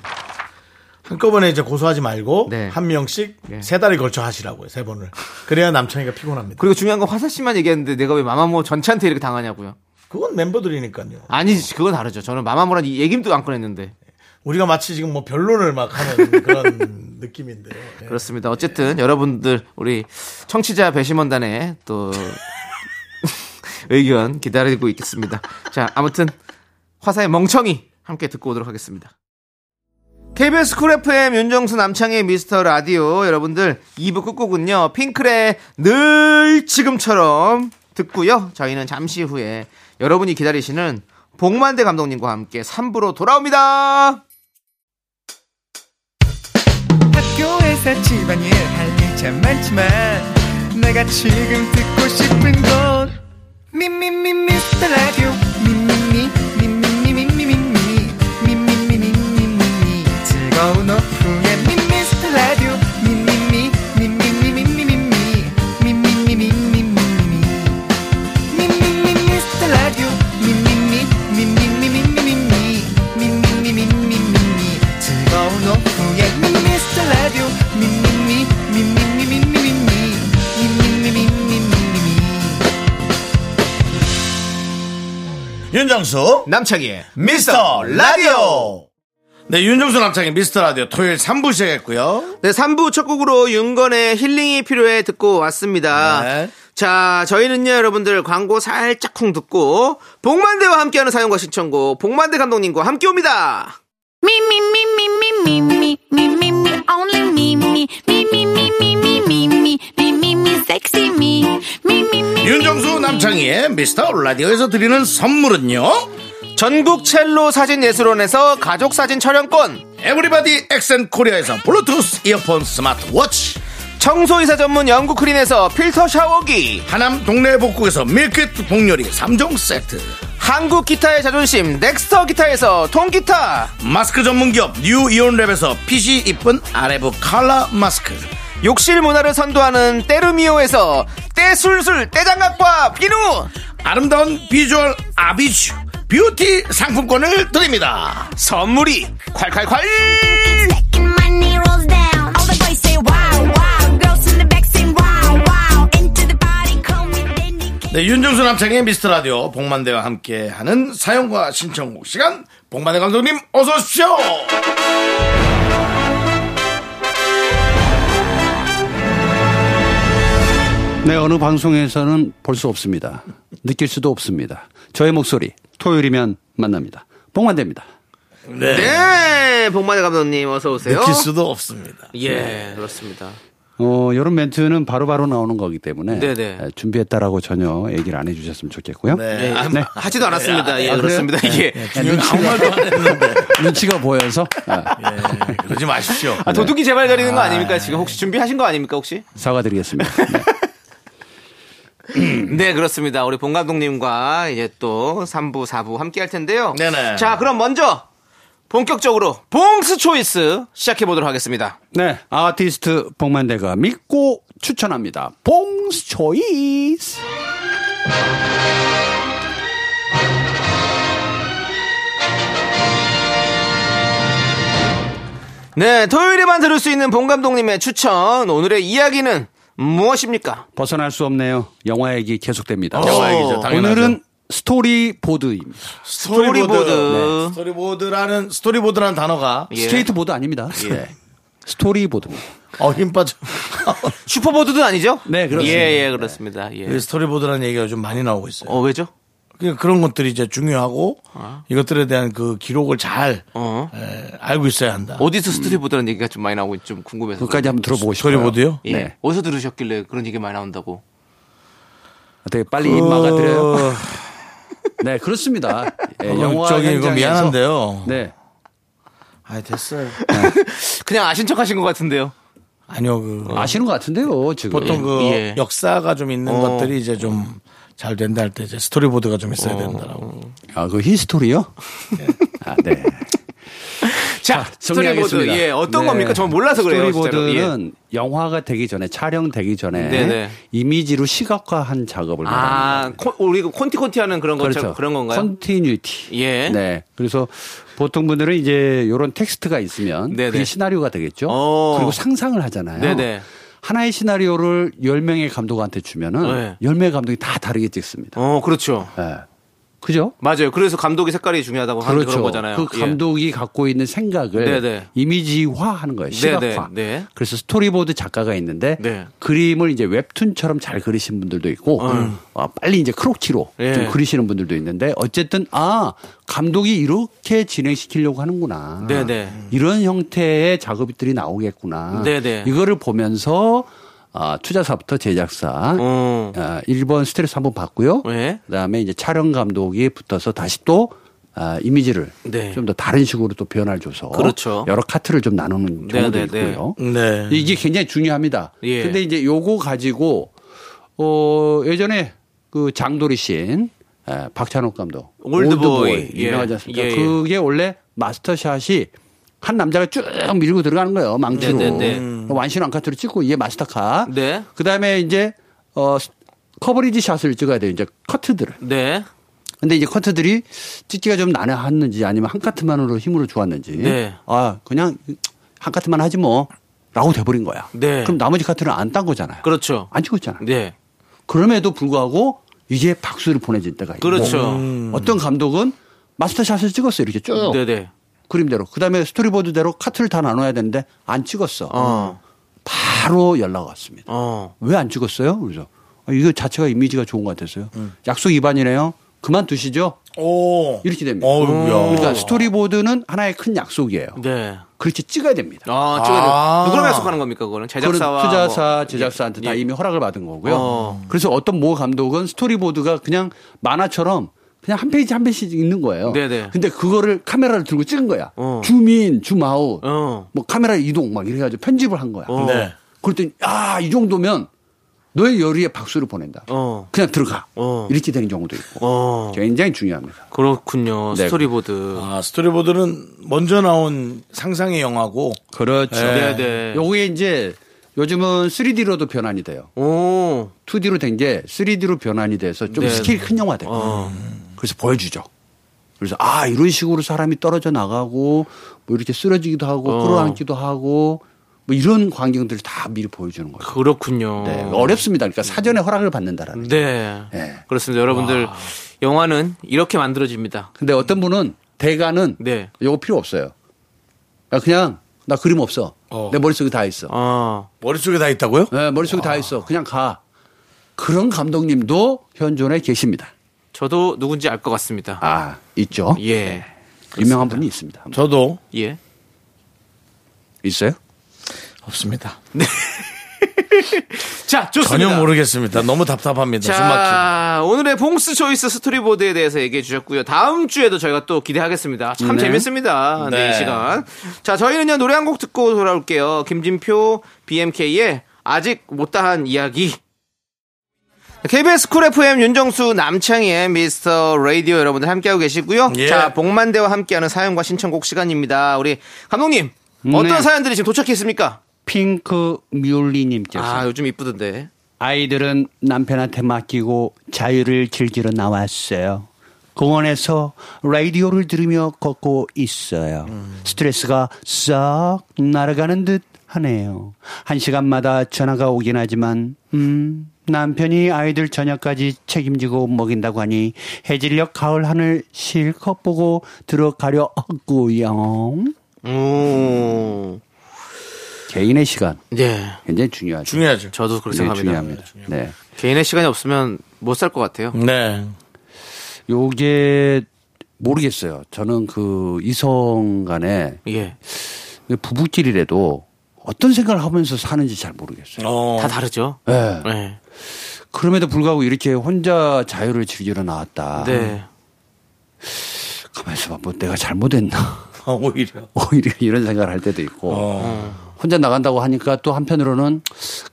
A: 한꺼번에 이제 고소하지 말고
B: 네.
A: 한 명씩
B: 예.
A: 세 달에 걸쳐 하시라고요. 세 번을. 그래야 남창이가 피곤합니다.
B: 그리고 중요한 건 화사 씨만 얘기했는데 내가 왜 마마무 전체한테 이렇게 당하냐고요
A: 그건 멤버들이니까요.
B: 아니지 그건 다르죠 저는 마마무란 이 얘기도 안 꺼냈는데
A: 우리가 마치 지금 뭐 변론을 막 하는 그런 느낌인데요. 예.
B: 네. 그렇습니다 어쨌든 여러분들 우리 청취자 배심원단의 또 의견 기다리고 있겠습니다 자 아무튼 화사의 멍청이 함께 듣고 오도록 하겠습니다 KBS 쿨 FM 윤정수 남창의 미스터 라디오 여러분들 2부 끝곡은요 핑클의 늘 지금처럼 듣고요 저희는 잠시 후에 여러분이 기다리시는 복만대 감독님과 함께 3부로 돌아옵니다
F: 학교에서 집안일 할 일 참 많지만 내가 지금 듣고 싶은 건 미미미 미스터 라디오 미미미 미미미 미미미 미미미 미미미 즐거운 오후에 미스터 라디오 미미미 미미미 미미미 미미미 미미미
A: 윤정수
B: 남창희의
A: 미스터 라디오. 네, 윤정수 남창의 미스터 라디오 토요일 3부 시작했고요.
B: 네, 3부 첫 곡으로 윤건의 힐링이 필요해 듣고 왔습니다.
A: 네.
B: 자, 저희는요, 여러분들 광고 살짝 쿵 듣고, 복만대와 함께하는 사연과 신청곡, 복만대 감독님과 함께 옵니다!
D: Me, me, me, me, me, me, me, me, me, me, only me, me, me, me, me, me, me, me, me, me, me, me, sexy me, me, me, me.
A: 윤정수 남창희의 미스터 라디오에서 드리는 선물은요.
B: 전국 첼로 사진 예술원에서 가족 사진 촬영권,
A: 에브리바디 엑센 코리아에서 블루투스 이어폰 스마트워치.
B: 청소이사 전문 영국 크린에서 필터 샤워기,
A: 하남 동네 복국에서 밀키트 복요리 3종 세트.
B: 한국 기타의 자존심, 넥스터 기타에서 통기타,
A: 마스크 전문기업 뉴 이온랩에서 핏이 이쁜 아레브 칼라 마스크.
B: 욕실 문화를 선도하는 때르미오에서 때술술 때장갑과 비누,
A: 아름다운 비주얼 아비쥬 뷰티 상품권을 드립니다.
B: 선물이 콸콸콸!
D: Second money rolls down. All the boys say wow, wow. Girls in the back say wow, wow. Into the body, call me dandy.
A: 네, 윤정수 남창의 미스터 라디오 복만대와 함께하는 사연과 신청곡 시간 복만대 감독님 어서 오십시오.
G: 네, 어느 방송에서는 볼 수 없습니다. 느낄 수도 없습니다. 저의 목소리, 토요일이면 만납니다. 복만대입니다.
A: 네.
B: 네, 복만대 감독님 어서 오세요.
A: 느낄 수도 없습니다.
B: 예, 그렇습니다.
G: 어, 이런 멘트는 바로바로 나오는 거기 때문에
B: 네네.
G: 에, 준비했다라고 전혀 얘기를 안 해주셨으면 좋겠고요.
A: 네. 아,
G: 네.
B: 하지도 않았습니다. 예,
G: 아, 그래요?
B: 그렇습니다. 이게
A: 아무 말도 안 했는데.
G: 눈치가 보여서 아,
A: 예, 그러지 마십시오.
G: 네.
B: 아, 도둑이 제발 저리는 거 아닙니까? 지금 혹시 준비하신 거 아닙니까? 혹시?
G: 사과드리겠습니다. 네. 음.
B: 네, 그렇습니다. 우리 봉 감독님과 이제 또 3부, 4부 함께 할 텐데요.
A: 네네.
B: 자, 그럼 먼저 본격적으로 봉스 초이스 시작해 보도록 하겠습니다.
G: 네, 아티스트 복만대가 믿고 추천합니다. 봉스 초이스.
B: 네, 토요일에만 들을 수 있는 봉 감독님의 추천. 오늘의 이야기는 무엇입니까?
G: 벗어날 수 없네요. 영화 얘기 계속됩니다.
A: 영화 얘기죠. 어, 당연하죠.
G: 오늘은 스토리보드입니다.
A: 네.
B: 스토리보드.
A: 스토리보드라는 스토리보드라는 단어가
B: 예.
G: 스트레이트보드 아닙니다.
A: 예.
G: 스토리보드입니다.
A: 어 힘 빠져.
B: 슈퍼보드도 아니죠?
G: 네, 그렇습니다.
B: 예, 예, 그렇습니다. 예.
A: 이 스토리보드라는 얘기가 요즘 많이 나오고 있어요.
B: 어, 왜죠?
A: 그러니까 그런 것들이 이제 중요하고 이것들에 대한 그 기록을 잘
B: 어.
A: 에, 알고 있어야 한다.
B: 어디서 스토리보드라는 얘기가 좀 많이 나오고 좀 궁금해서.
G: 그까지 한번 들어보고 싶어요.
A: 스토리보드요?
B: 예.
G: 네.
B: 어디서 들으셨길래 그런 얘기 많이 나온다고.
G: 어떻게 빨리 입 막아드려요? 네, 그렇습니다. 예,
A: 어,
G: 영화
A: 저기 이거
G: 현장에서-
A: 미안한데요.
G: 네.
A: 아 됐어요.
B: 그냥 아신 척 하신 것 같은데요.
A: 아니요 그
G: 아시는 것 같은데요, 지금.
A: 보통 그
B: 예.
A: 역사가 좀 있는
B: 어.
A: 것들이 이제 좀 잘 된다 할 때 이제 스토리보드가 좀 있어야 된다라고.
G: 아, 그 히스토리요? 아, 네.
B: 자, 스토리보드.
G: 정리하겠습니다.
B: 예, 어떤
G: 네.
B: 겁니까? 저는 몰라서 그래요. 진짜로. 예.
G: 스토리보드는 영화가 되기 전에 촬영되기 전에
B: 네네.
G: 이미지로 시각화한 작업을 말합니다.
B: 아, 코- 우리 그 콘티콘티 하는 그런
G: 그렇죠.
B: 것처럼 그런 건가요?
G: 컨티뉴티.
B: 예.
G: 네. 그래서 보통 분들은 이제 요런 텍스트가 있으면
B: 네네.
G: 그게 시나리오가 되겠죠.
B: 어.
G: 그리고 상상을 하잖아요.
B: 네네.
G: 하나의 시나리오를 10명의 감독한테 주면은
B: 네.
G: 10명의 감독이 다 다르게 찍습니다.
B: 어, 그렇죠.
G: 예. 그죠?
B: 맞아요. 그래서 감독의 색깔이 중요하다고 하는 그런 거잖아요. 예.
G: 그 감독이 갖고 있는 생각을
B: 네네.
G: 이미지화하는 거예요. 시각화.
B: 네네, 네.
G: 그래서 스토리보드 작가가 있는데
B: 네.
G: 그림을 이제 웹툰처럼 잘 그리신 분들도 있고 아, 빨리 이제 크로키로
B: 어. 예.
G: 좀 그리시는 분들도 있는데 어쨌든 아 감독이 이렇게 진행시키려고 하는구나.
B: 네네.
G: 이런 형태의 작업들이 나오겠구나.
B: 네네.
G: 이거를 보면서 아, 투자사부터 제작사
B: 어.
G: 아, 1번 스트레스 한번 받고요.
B: 예.
G: 그다음에 이제 촬영 감독이 붙어서 다시 또 아, 이미지를
B: 네.
G: 좀 더 다른 식으로 또 변화를 줘서
B: 그렇죠.
G: 여러 카트를 좀 나누는 경우도
B: 네, 네, 네.
G: 있고요.
A: 네.
G: 예. 이게 굉장히 중요합니다.
B: 예.
G: 근데 이제 요거 가지고 어 예전에 그 장도리 씬 예, 박찬욱 감독
B: 올드보이. 예.
G: 유명하지 않습니까?
B: 예, 예.
G: 그게 원래 마스터샷이 한 남자가 쭉 밀고 들어가는 거예요. 망치로. 음.
B: 네, 네, 네.
G: 완신 안카트로 찍고 이게 마스터카.
B: 네.
G: 그다음에 이제 어 커버리지 샷을 찍어야 돼요. 이제 커트들을.
B: 네.
G: 근데 이제 커트들이 찍기가 좀 난해했는지 아니면 한 카트만으로 힘으로 좋았는지
B: 네.
G: 아 그냥 한 카트만 하지 뭐라고 돼버린 거야.
B: 네.
G: 그럼 나머지 카트는 안 딴 거잖아요.
B: 그렇죠.
G: 안 찍고 있잖아. 요
B: 네.
G: 그럼에도 불구하고 이제 박수를 보내줄 때가 있고 뭐
B: 그렇죠.
G: 어떤 감독은 마스터샷을 찍었어요. 이렇게 쭉
B: 네네.
G: 그림대로. 그다음에 스토리보드대로 카트를 다 나눠야 되는데 안 찍었어.
B: 어.
G: 바로 연락 왔습니다.
B: 어.
G: 왜 안 찍었어요? 그래서 아, 이거 자체가 이미지가 좋은 것 같았어요. 약속 위반이네요. 그만두시죠.
A: 오.
G: 이렇게 됩니다.
A: 어우야.
G: 그러니까 스토리보드는 하나의 큰 약속이에요.
B: 네.
G: 그렇게 찍어야 됩니다.
B: 아, 찍어야 돼. 누구랑 약속하는 겁니까, 그거는?
G: 그거는
B: 네, 제작사와.
G: 투자사,
B: 뭐-
G: 제작사한테 다
B: 예.
G: 이미 허락을 받은 거고요.
B: 어.
G: 그래서 어떤 모 감독은 스토리보드가 그냥 만화처럼 그냥 한 페이지 한 페이지 읽는 거예요.
B: 네네.
G: 근데 그거를 카메라를 들고 찍은 거야.
B: 어.
G: 줌인, 줌아웃,
B: 어.
G: 뭐 카메라 이동 막 이래가지고 편집을 한 거야.
B: 어.
A: 네.
G: 그랬더니 아, 이 정도면 너의 열의에 박수를 보낸다.
B: 어.
G: 그냥 들어가.
B: 어.
G: 이렇게 되는 경우도 있고.
B: 어.
G: 굉장히 중요합니다.
B: 그렇군요.
G: 네.
B: 스토리보드.
A: 아, 스토리보드는 먼저 나온 상상의 영화고
G: 그렇죠.
B: 네, 네.
G: 요게 이제 요즘은 3D로도 변환이 돼요.
B: 오.
G: 2D로 된 게 3D로 변환이 돼서 좀
B: 네.
G: 스케일 큰 영화돼요.
B: 어.
G: 그래서 보여주죠. 그래서 아 이런 식으로 사람이 떨어져 나가고 뭐 이렇게 쓰러지기도 하고
B: 어.
G: 끌어안기도 하고 뭐 이런 광경들을 다 미리 보여주는 거예요.
B: 그렇군요.
G: 네, 어렵습니다. 그러니까 사전에 허락을 받는다라는.
B: 네.
G: 네.
B: 그렇습니다. 여러분들, 영화는 이렇게 만들어집니다.
G: 근데 어떤 분은 대가는
B: 네.
G: 요거 필요 없어요. 야, 그냥 나 그림 없어. 내 머릿속에 다 있어.
B: 어.
A: 머릿속에 다 있다고요?
G: 네, 머릿속에 다 있어. 그냥 가. 그런 감독님도 현존에 계십니다.
B: 저도 누군지 알 것 같습니다.
G: 아 네. 있죠.
B: 예.
G: 유명한 분이 있습니다.
A: 저도
B: 예.
G: 있어요?
A: 없습니다.
B: 네. 자, 좋습니다.
A: 전혀 모르겠습니다. 너무 답답합니다. 숨 막히.
B: 자, 오늘의 봉스 초이스 스토리보드에 대해서 얘기해 주셨고요. 다음 주에도 저희가 또 기대하겠습니다. 참 재밌습니다. 네, 이 시간. 자, 저희는요, 노래 한 곡 듣고 돌아올게요. 김진표, BMK의 아직 못다한 이야기. KBS 쿨 FM 윤정수 남창희의 미스터 라디오 여러분들 함께하고 계시고요.
A: 예.
B: 자, 복만대와 함께하는 사연과 신청곡 시간입니다. 우리 감독님, 어떤
G: 네.
B: 사연들이 지금 도착했습니까?
G: 핑크 뮬리님께서
B: 아, 요즘 이쁘던데.
G: 아이들은 남편한테 맡기고 자유를 즐기러 나왔어요. 공원에서 라디오를 들으며 걷고 있어요.
B: 음.
G: 스트레스가 싹 날아가는 듯 하네요. 한 시간마다 전화가 오긴 하지만, 음, 남편이 아이들 저녁까지 책임지고 먹인다고 하니 해질녘 가을 하늘 실컷 보고 들어가려 하고요.
B: 오,
G: 개인의 시간
B: 예.
G: 굉장히 중요하죠.
A: 중요하죠.
B: 저도 그렇게
G: 굉장히
B: 생각합니다.
G: 중요합니다. 네.
B: 개인의 시간이 없으면 못 살 것 같아요.
A: 네.
G: 요게 모르겠어요. 저는 그 이성 간에
B: 예.
G: 부부끼리라도 어떤 생각을 하면서 사는지 잘 모르겠어요.
A: 어.
B: 다 다르죠.
G: 예.
B: 네.
G: 그럼에도 불구하고 이렇게 혼자 자유를 즐기러 나왔다.
B: 네.
G: 가만히 있어봐. 뭐 내가 잘못했나.
A: 어, 오히려.
G: 오히려 이런 생각을 할 때도 있고.
B: 어.
G: 혼자 나간다고 하니까 또 한편으로는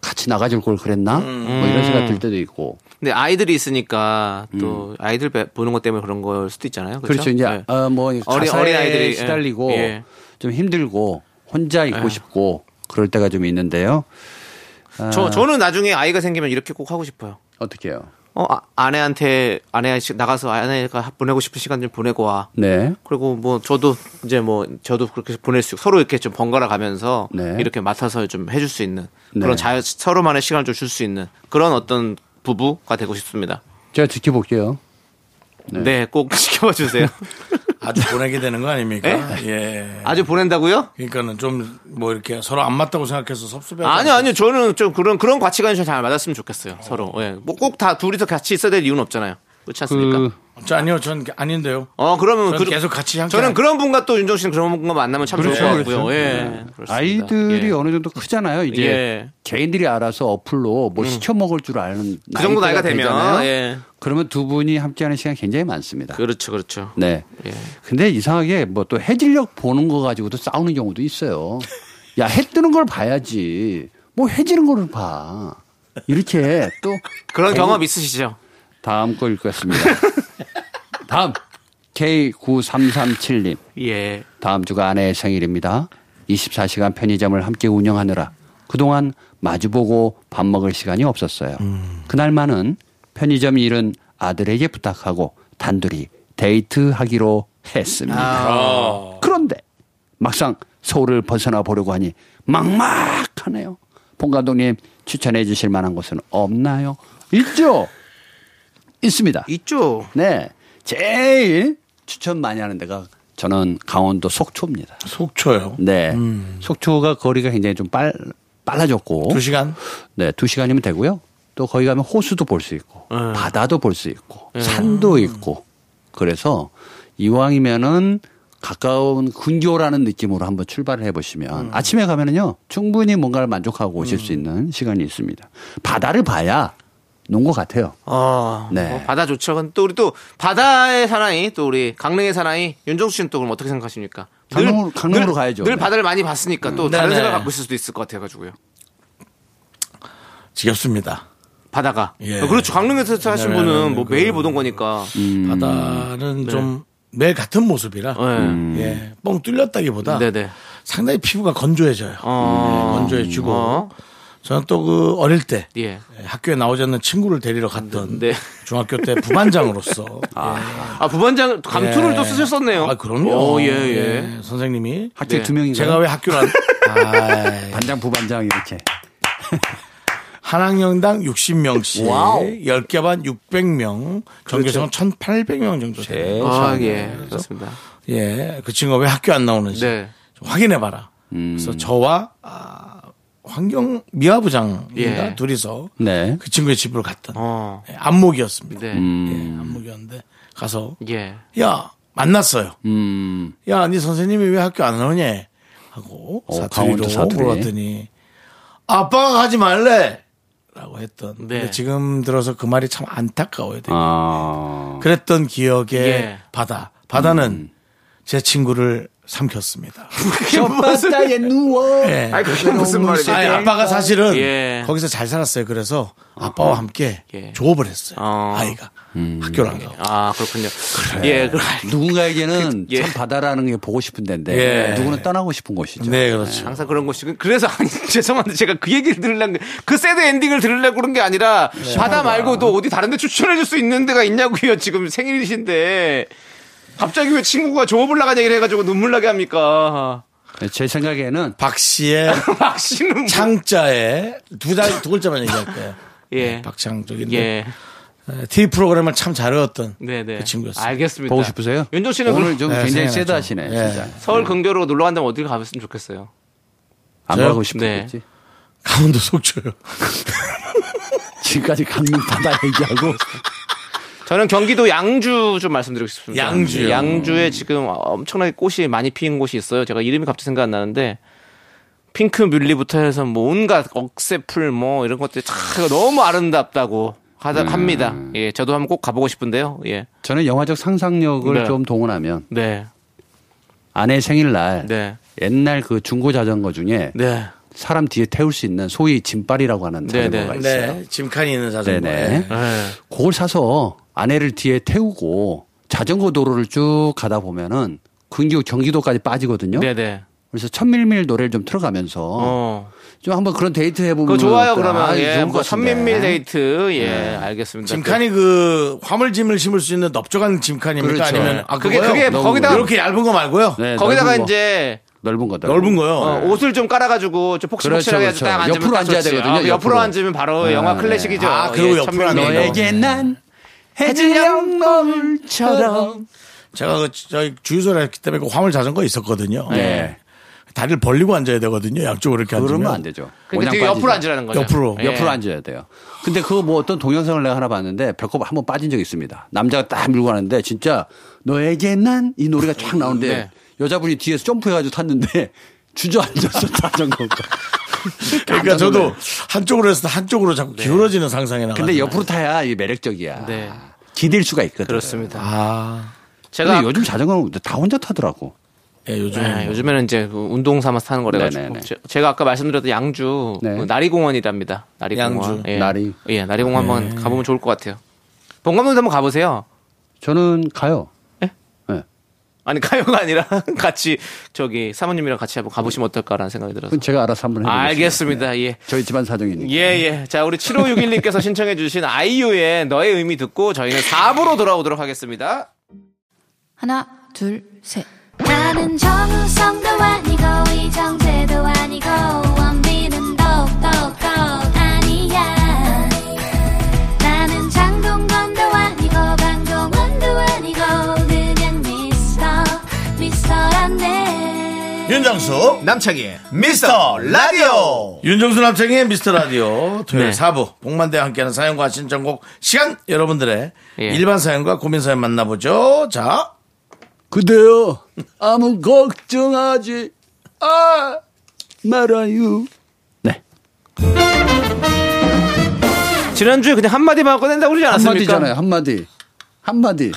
G: 같이 나가줄 걸 그랬나?
B: 음.
G: 뭐 이런 생각 들 때도 있고.
B: 근데 아이들이 있으니까 또 아이들 배- 보는 것 때문에 그런 걸 수도 있잖아요.
G: 그렇죠.
B: 그렇죠.
G: 이제
B: 네.
G: 어, 뭐
B: 어린-
G: 어린
B: 어린
G: 아이들이
B: 아이들이,
G: 시달리고
B: 예. 예.
G: 좀 힘들고 혼자 있고 싶고 그럴 때가 좀 있는데요.
B: 저 저는 나중에 아이가 생기면 이렇게 꼭 하고 싶어요.
G: 어떻게 해요?
B: 어 아, 아내한테 아내 나가서 아내가 보내고 싶은 시간 좀 보내고 와.
G: 네.
B: 그리고 뭐 저도 이제 뭐 저도 그렇게 보낼 수 서로 이렇게 좀 번갈아 가면서
G: 네.
B: 이렇게 맡아서 좀 해줄 수 있는
G: 네.
B: 그런 자유 서로만의 시간을 좀 줄 수 있는 그런 어떤 부부가 되고 싶습니다.
G: 제가 지켜볼게요.
B: 네, 꼭 지켜봐 주세요.
A: 아주 보내게 되는 거 아닙니까? 예.
B: 아주 보낸다고요?
A: 그러니까는 좀 뭐 이렇게 서로 안 맞다고 생각해서 섭섭해.
B: 아니요, 아니요. 저는 좀 그런 그런 가치관이 잘 맞았으면 좋겠어요. 서로. 예. 뭐꼭 다 둘이서 같이 있어야 될 이유는 없잖아요. 그렇지 않습니까?
A: 저 아니요, 전 아닌데요.
B: 어, 그러면
A: 저는 계속 같이 함께
B: 저는
A: 할-
B: 그런 분과 또 윤정 씨는 그런 분과 만나면 참 좋을 것 같고요. 예. 그렇습니다.
G: 그렇죠, 네. 아이들이
B: 예.
G: 어느 정도 크잖아요. 이제
B: 예. 음.
G: 개인들이 알아서 어플로 뭐 시켜 먹을 줄 아는
B: 그 정도 나이가
G: 때가
B: 되면
G: 되잖아요.
B: 예.
G: 그러면 두 분이 함께하는 시간 굉장히 많습니다.
B: 그렇죠. 그렇죠.
G: 네. 근데 이상하게 뭐 또 해질녘 보는 거 가지고도 싸우는 경우도 있어요. 야, 해 뜨는 걸 봐야지. 뭐 해지는 거를 봐. 이렇게 또 어?
B: 그런 경험 있으시죠?
G: 다음 거 읽겠습니다. 다음 K9337님.
B: 예.
G: 다음 주가 아내의 생일입니다. 24시간 편의점을 함께 운영하느라 그동안 마주보고 밥 먹을 시간이 없었어요. 그날만은 편의점 일은 아들에게 부탁하고 단둘이 데이트하기로 했습니다. 그런데 막상 서울을 벗어나 보려고 하니 막막하네요. 봉 감독님 추천해 주실 만한 곳은 없나요? 있죠? 있습니다.
B: 있죠.
G: 네. 제일 추천 많이 하는 데가 저는 강원도 속초입니다.
A: 속초요.
G: 네. 속초가 거리가 굉장히 좀 빨, 빨라졌고.
A: 두 시간.
G: 네. 두 시간이면 되고요. 또 거기 가면 호수도 볼 수 있고 바다도 볼 수 있고 산도 있고 그래서 이왕이면은 가까운 근교라는 느낌으로 한번 출발을 해보시면 아침에 가면은요 충분히 뭔가를 만족하고 오실 수 있는 시간이 있습니다. 바다를 봐야 논것 같아요.
B: 어,
G: 네.
B: 어, 바다 좋죠. 근데 또 우리 또 바다의 사나이, 또 우리 강릉의 사나이 윤정수 씨는 또 그럼 어떻게 생각하십니까? 늘-
G: 강릉으로- 강릉으로
B: 늘-
G: 가야죠.
B: 늘
G: 네. 음.
B: 바다를 많이 봤으니까 또 다른
A: 네네.
B: 생각 갖고 있을 수도 있을 것 같아가지고요.
A: 지겹습니다.
B: 바다가.
A: 예.
B: 어, 그렇죠. 강릉에서 음. 사신
A: 왜냐면은
B: 분은 뭐 매일 보던 거니까.
A: 바다는 좀 매일 같은 모습이라
B: 네.
A: 예, 뻥 뚫렸다기보다
B: 네네.
A: 상당히 피부가 건조해져요.
B: 어.
A: 네, 건조해지고
B: 어.
A: 저는 또 그 어릴 때
B: 예.
A: 학교에 나오지 않는 친구를 데리러 갔던
B: 네.
A: 중학교 때 부반장으로서
B: 아 부반장 감투를
A: 예.
B: 또 쓰셨었네요.
A: 아 그럼요.
B: 오, 예,
A: 예,
B: 예.
A: 선생님이
G: 학교
B: 네.
G: 두 명이
A: 제가 왜 학교를 안 아이,
G: 반장 부반장 이렇게
A: 한 학년당 60명씩 10개 반 600명 전교생은 1,800명 정도 돼요.
B: 아, 예. 그렇습니다.
A: 예, 그 친구가 왜 학교 안 나오는지
B: 네.
A: 좀 확인해봐라. 그래서 저와 아, 환경 미화부장인가
B: 예.
A: 둘이서
G: 네.
A: 그 친구의 집으로 갔던
B: 어.
A: 예, 안목이었습니다.
B: 네.
A: 예, 안목이었는데 가서
B: 예.
A: 야 만났어요.
G: 음.
A: 야, 네 선생님이 왜 학교 안 오냐? 하고
G: 어,
A: 사투리로
G: 강원도 사투리.
A: 물었더니 아빠가 가지 말래. 라고 했던. 근데 지금 들어서 그 말이 참 안타까워요. 되게.
G: 아.
A: 그랬던 기억의
B: 예.
A: 바다. 바다는 제 친구를 삼켰습니다.
G: 저 바다에 누워.
A: 예.
B: 아니, 그게 무슨 말이지?
A: 아니, 아빠가 사실은
B: 예.
A: 거기서 잘 살았어요. 그래서 아빠와 함께
B: 예.
A: 조업을 했어요.
B: 어.
A: 아이가 학교를 안 가고.
B: 아 그렇군요. 예. 그럼
G: 누군가에게는
B: 예.
G: 참 바다라는 게 보고 싶은
A: 예.
G: 데인데 누구는 떠나고 싶은 곳이죠.
A: 네, 그렇죠.
B: 항상 그런 것이고 그래서 아니 죄송한데 제가 그 얘기를 들으려고 그 새드 엔딩을 들으려고 그런 게 아니라 바다 말고도 어디 다른 데 추천해 줄 수 있는 데가 있냐고요 지금 생일이신데 갑자기 왜 친구가 조업을 나간 얘기를 해가지고 눈물 나게 합니까
G: 예, 제 생각에는
A: 박 씨의
B: 막 씨는 뭐-
A: 창자에 두, 자, 두 글자만 얘기할 거예요.
B: 예.
A: 박창 쪽인데
B: 예.
A: TV 프로그램을 참 잘 외웠던
B: 네네.
A: 그 친구였어요.
B: 알겠습니다.
G: 보고 싶으세요?
B: 윤종 씨는
G: 오늘
B: 오늘
G: 좀
A: 네,
G: 굉장히
A: 생각나죠.
G: 세다하시네.
A: 예.
G: 진짜.
B: 서울 근교로 놀러 간다면 어디를 가봤으면 좋겠어요.
G: 안
A: 저요?
G: 가고 싶었겠지.
A: 강원도 속초요.
G: 지금까지 강릉 바다 얘기하고
B: 저는 경기도 양주 좀 말씀드리고 싶습니다. 예,
A: 양주요?
B: 양주에 지금 엄청나게 꽃이 많이 피는 곳이 있어요. 제가 이름이 갑자기 생각 안 나는데 핑크 뮬리부터 해서 뭐 온갖 억새풀 뭐 이런 것들이 참 너무 아름답다고 하다 합니다. 예, 저도 한번 꼭 가보고 싶은데요. 예,
G: 저는 영화적 상상력을
B: 네.
G: 좀 동원하면
B: 네,
G: 아내 생일날
B: 네,
G: 옛날 그 중고 자전거 중에
B: 네,
G: 사람 뒤에 태울 수 있는 소위 짐빨이라고 하는
B: 네,
G: 자전거가
B: 네.
G: 있어요.
A: 네. 짐칸이 있는 예.
G: 네,
A: 자전거.
G: 네.
B: 예.
G: 그걸 사서 아내를 뒤에 태우고 자전거 도로를 쭉 가다 보면은 근교 경기도까지 빠지거든요.
B: 네, 네.
G: 그래서 천밀밀 노래를 좀 틀어가면서
B: 어,
G: 좀 한번 그런 데이트 해보면
B: 그거 좋아요.
G: 어떨까?
B: 그러면
G: 아,
B: 예,
G: 좋은 것
B: 뭐
G: 같은데.
B: 천민밀 데이트 예, 알겠습니다.
A: 짐칸이 그 화물짐을 심을 수 있는 넓적한 짐칸입니까?
G: 그렇죠.
A: 아니면 아,
B: 그게-
A: 그거요?
B: 그게
A: 넓은
B: 거기다가-
A: 거요? 이렇게 얇은 거 말고요.
G: 네,
B: 거기다가
G: 넓은 거.
B: 이제
G: 넓은 거다.
A: 넓은 거요.
B: 어, 옷을 좀 깔아가지고 좀 폭신폭신하게 해서
G: 그렇죠,
B: 딱
G: 그렇죠.
B: 앉으면
G: 옆으로
B: 딱
G: 앉아야
B: 좋지.
G: 되거든요,
B: 아, 옆으로.
G: 옆으로.
B: 앉으면 바로 영화 클래식이죠. 예,
A: 아, 그리고 옆으로 앉는 거.
B: 천밀밀.
G: 너에게 난 해질녘 노을처럼
A: 제가 그 저희 주유소를 했기 때문에 그 화물 자전거 있었거든요. 예.
G: 네.
A: 다리를 벌리고 앉아야 되거든요. 양쪽으로 이렇게 앉으면.
G: 그러면 안 되죠.
B: 그러니까 뒤에
G: 모양
B: 옆으로
G: 빠지죠.
B: 앉으라는 거죠.
A: 옆으로.
B: 예.
G: 옆으로 앉아야 돼요. 근데 그 뭐 어떤 동영상을 내가 하나 봤는데 배꼽 한번 빠진 적이 있습니다. 남자가 딱 밀고 가는데 진짜 너에게 난 이 노래가 쫙 나오는데
B: 네.
G: 여자분이 뒤에서 점프해가지고 탔는데 주저앉아서 자전거가.
A: 그러니까 저도 한쪽으로 해서 한쪽으로 자꾸 기울어지는 상상이 나.
G: 네. 근데 옆으로 타야 이 매력적이야.
B: 네. 그렇죠.
G: 기댈 수가 있거든.
B: 그렇습니다.
A: 아,
B: 제가
G: 근데 요즘 자전거는 다 혼자 타더라고.
A: 예, 요즘
B: 네, 요즘에는 이제 그 운동 삼아서 타는 거래가지고
G: 네네네.
B: 제- 제가 아까 말씀드렸던 양주
G: 네.
B: 그 나리공원이랍니다. 나리공원.
A: 양주.
B: 예.
G: 나리.
B: 예, 나리공원 한번 가보면 좋을 것 같아요. 본감독도 한번 가보세요.
G: 저는 가요.
B: 예?
G: 네.
B: 아니 가요가 아니라 같이 저기 사모님이랑 같이 한번 가보시면 어떨까라는 생각이 들어서.
G: 그건 제가 알아서 한번 해보겠습니다.
B: 알겠습니다. 예.
G: 저희 집안 사정이니까.
B: 예, 예. 자, 우리 7561님께서 신청해주신 아이유의 너의 의미 듣고 저희는 4부로 돌아오도록 하겠습니다.
H: 하나, 둘, 셋.
D: 나는 정우성도 아니고 이정재도 아니고 원빈은 더욱더 아니야 나는 장동건도 아니고 강동원도 아니고 그냥 미스터 미스터란데
A: 윤정수
B: 남창희의
A: 미스터 라디오 윤정수 남창의 미스터 라디오 토요일
B: 네.
A: 4부 복만대와 함께하는 사연과 신청곡 시간 여러분들의
B: 예.
A: 일반 사연과 고민 사연 만나보죠 자
G: 그대여 아무 걱정하지 아 말아요. 네
B: 지난주에 그냥 한마디만 꺼낸다 고 그러지 않았습니까?
G: 한마디잖아요 한마디 한마디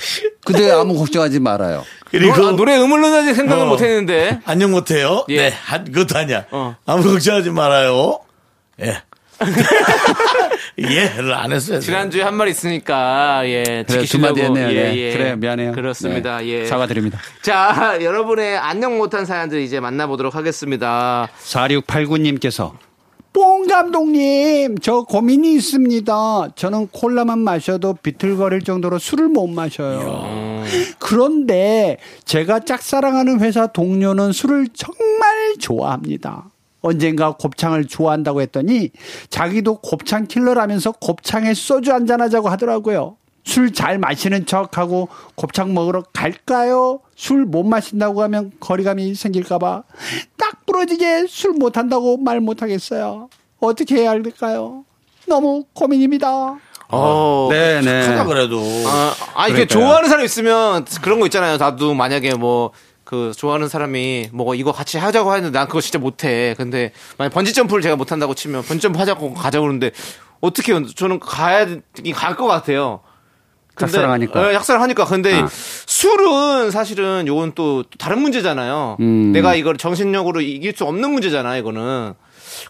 G: 그대 아무 걱정하지 말아요.
A: 그리고
B: 노- 아, 노래 음울로는 생각을
A: 어.
B: 못했는데
A: 안녕 못해요
B: 예.
A: 네 한- 그것도 아니야
B: 어.
A: 아무 걱정하지 말아요 예 예를 안 했어요
B: 지난주에 한 말 있으니까 예
G: 그래 두
B: 지키시려고
G: 마디 했네요. 네.
B: 예, 예.
G: 그래 미안해요.
B: 그렇습니다.
G: 네.
B: 예.
G: 사과드립니다.
B: 자 여러분의 안녕 못한 사연들 이제 만나보도록 하겠습니다.
G: 4689님께서 뽕 감독님 저 고민이 있습니다 저는 콜라만 마셔도 비틀거릴 정도로 술을 못 마셔요 그런데 제가 짝사랑하는 회사 동료는 술을 정말 좋아합니다 언젠가 곱창을 좋아한다고 했더니 자기도 곱창 킬러라면서 곱창에 소주 한잔하자고 하더라고요 술 잘 마시는 척하고 곱창 먹으러 갈까요? 술 못 마신다고 하면 거리감이 생길까봐 딱 부러지게 술 못한다고 말 못하겠어요. 어떻게 해야 할까요? 너무 고민입니다.
B: 어.
G: 네네.
A: 하다 그래도
B: 아, 아 이게
G: 그러니까요.
B: 좋아하는 사람 있으면 그런 거 있잖아요. 나도 만약에 뭐 그 좋아하는 사람이 뭐 이거 같이 하자고 하는데 난 그거 진짜 못해. 근데 만약 번지 점프를 제가 못한다고 치면 번지 점프 하자고 가자고 그러는데 어떻게 해요? 저는 가야 갈 것 같아요. 근데-
G: 짝사랑하니까.
B: 예, 짝사랑하니까. 근데
G: 아.
B: 술은 사실은 요건 또 다른 문제잖아요.
G: 음.
B: 내가 이걸 정신력으로 이길 수 없는 문제잖아, 이거는.